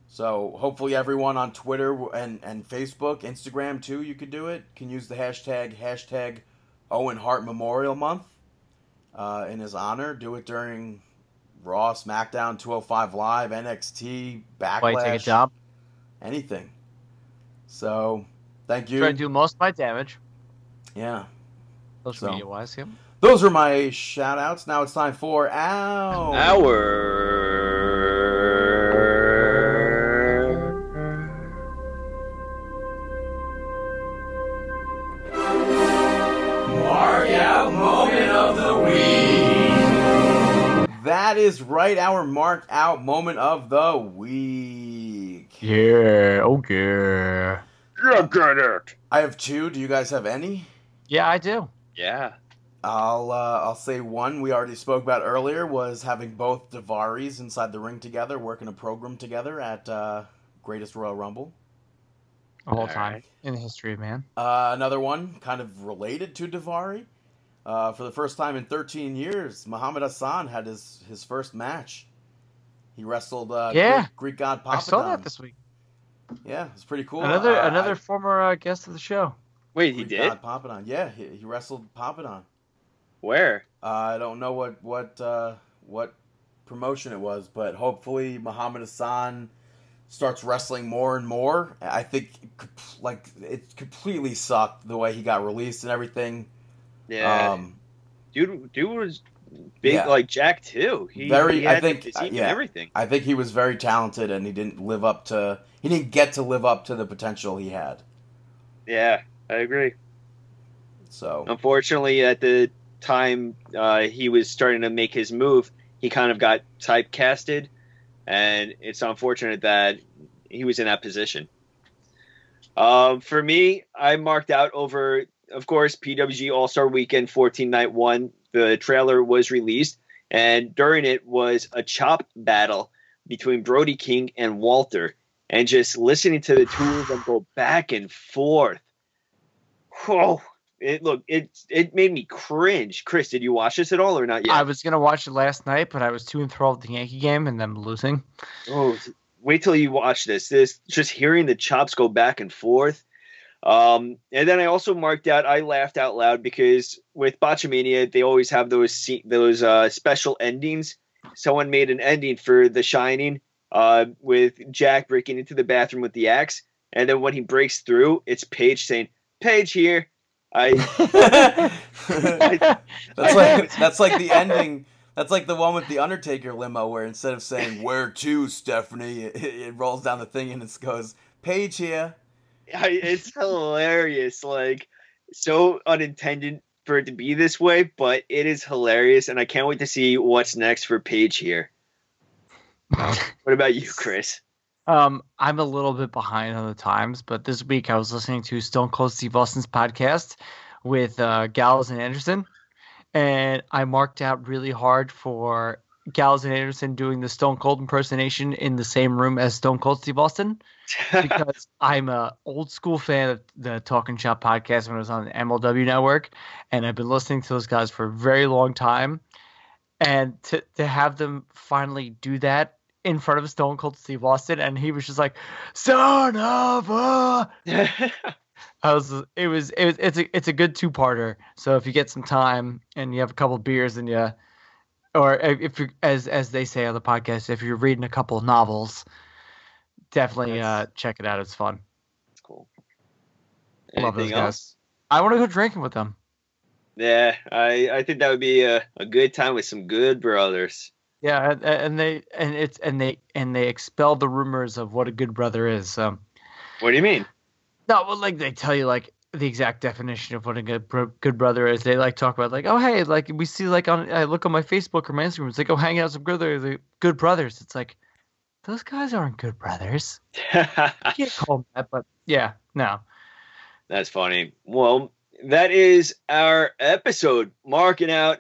so hopefully everyone on Twitter w- and and Facebook, Instagram too, you could do it. Can use the hashtag hashtag Owen Hart Memorial Month uh, in his honor. Do it during Raw, SmackDown, 205 Live, NXT, Backlash
Why you take a job?
anything. So, thank
Try to
you.
do most of my damage.
yeah.
Social
So.
media wise, yeah.
Those are my shout outs. Now it's time for Ow.
Our
That is right, our mark out moment of the week.
Yeah, okay.
look at it.
I have two. Do you guys have any?
Yeah, I do.
Yeah.
I'll uh, I'll say one we already spoke about earlier was having both Davaris inside the ring together, working a program together at uh, Greatest Royal Rumble.
Of all time in the history of man.
Uh, another one, kind of related to Davari. Uh, for the first time in 13 years, Muhammad Hassan had his, his first match. He wrestled uh,
Yeah.
Greek, Greek god Papadon.
I saw that this week.
yeah, it's pretty cool.
Another
Uh,
another
I-
former uh, guest of the show.
Wait, he
Greek god
did?
Papadon. Yeah, he, he wrestled Papadon.
Where?
Uh, I don't know what what uh, what promotion it was, but hopefully Muhammad Hassan starts wrestling more and more. I think like it completely sucked the way he got released and everything.
Yeah,
Um,
dude, dude was big
Yeah.
like Jack too. He,
Very-
he
I
had the
think- uh,
physique and
yeah.
everything.
I think he was very talented, and he didn't live up to he didn't get to live up to the potential he had.
Yeah, I agree.
So
Unfortunately, at the time uh, he was starting to make his move, he kind of got typecasted, and it's unfortunate that he was in that position. Um, for me, I marked out over, of course, PWG All Star Weekend 14 Night 1. The trailer was released, and during it was a chop battle between Brody King and Walter. And just listening to the two of them go back and forth. Oh, it look it it made me cringe. Chris, did you watch this at all or not yet?
I was gonna watch it last night, but I was too enthralled with the Yankee game and them losing.
Oh, wait till you watch this. This just hearing the chops go back and forth. Um, and then I also marked out. I laughed out loud because with Botchamania, they always have those se- those uh, special endings. Someone made an ending for The Shining uh, with Jack breaking into the bathroom with the axe, and then when he breaks through, it's Paige saying, "Paige here." I
that's like that's like the ending. That's like the one with the Undertaker limo, where instead of saying "Where to, Stephanie," it, it rolls down the thing and it goes "Page here."
I, it's hilarious. Like so unintended for it to be this way, but it is hilarious, and I can't wait to see what's next for Paige here. what about you, Chris?
Um, I'm a little bit behind on the times, but this week I was listening to Stone Cold Steve Austin's podcast with uh, Gallows and Anderson, and I marked out really hard for Gallows and Anderson doing the Stone Cold impersonation in the same room as Stone Cold Steve Austin because I'm a old school fan of the Talking Shop podcast when it was on the MLW network, and I've been listening to those guys for a very long time, and to to have them finally do that in front of Stone Cold Steve Austin, and he was just like, "Son of a." I was. It was. It was. It's a. It's a good two parter. So if you get some time and you have a couple beers and you, or if you, as as they say on the podcast, if you're reading a couple of novels, definitely uh, check it out. It's fun.
That's cool.
Love those
Anything
guys.
else?
I want to go drinking with them.
Yeah, I, I think that would be a, a good time with some good brothers.
Yeah, and, and they and it's and they and they expel the rumors of what a good brother is. So.
What do you mean?
No, well, like they tell you like the exact definition of what a good bro- good brother is. They like talk about like, oh hey, like we see like on I look on my Facebook or my Instagram, it's like oh hanging out with some good the good brothers. It's like those guys aren't good brothers. You can't call them that, but yeah, no.
That's funny. Well, that is our episode marking out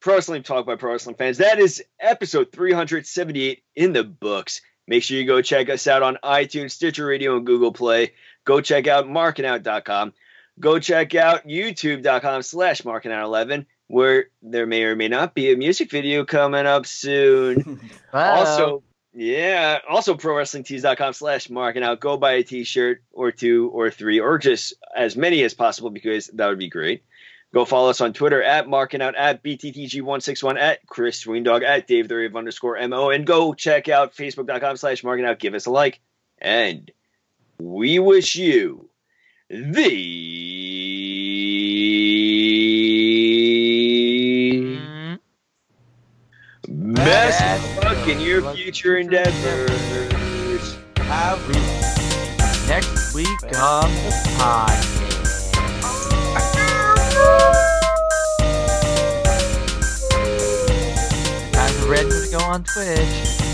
Pro Wrestling Talk by Pro Wrestling Fans. That is episode 378 in the books. Make sure you go check us out on iTunes, Stitcher Radio, and Google Play. Go check out markingout.com. Go check out youtube.com slash markingout11, where there may or may not be a music video coming up soon. Also, yeah, also prowrestlingtees.com slash mark and out. Go buy a t-shirt or two or three or just as many as possible because that would be great. Go follow us on Twitter at marking out at BTTG161 at Chris Dog at Dave the Rave underscore MO and go check out Facebook.com slash marking out. Give us a like and we wish you the
Mm.
Best luck in your future endeavors.
Next week on the pod. Time for Red to go on Twitch.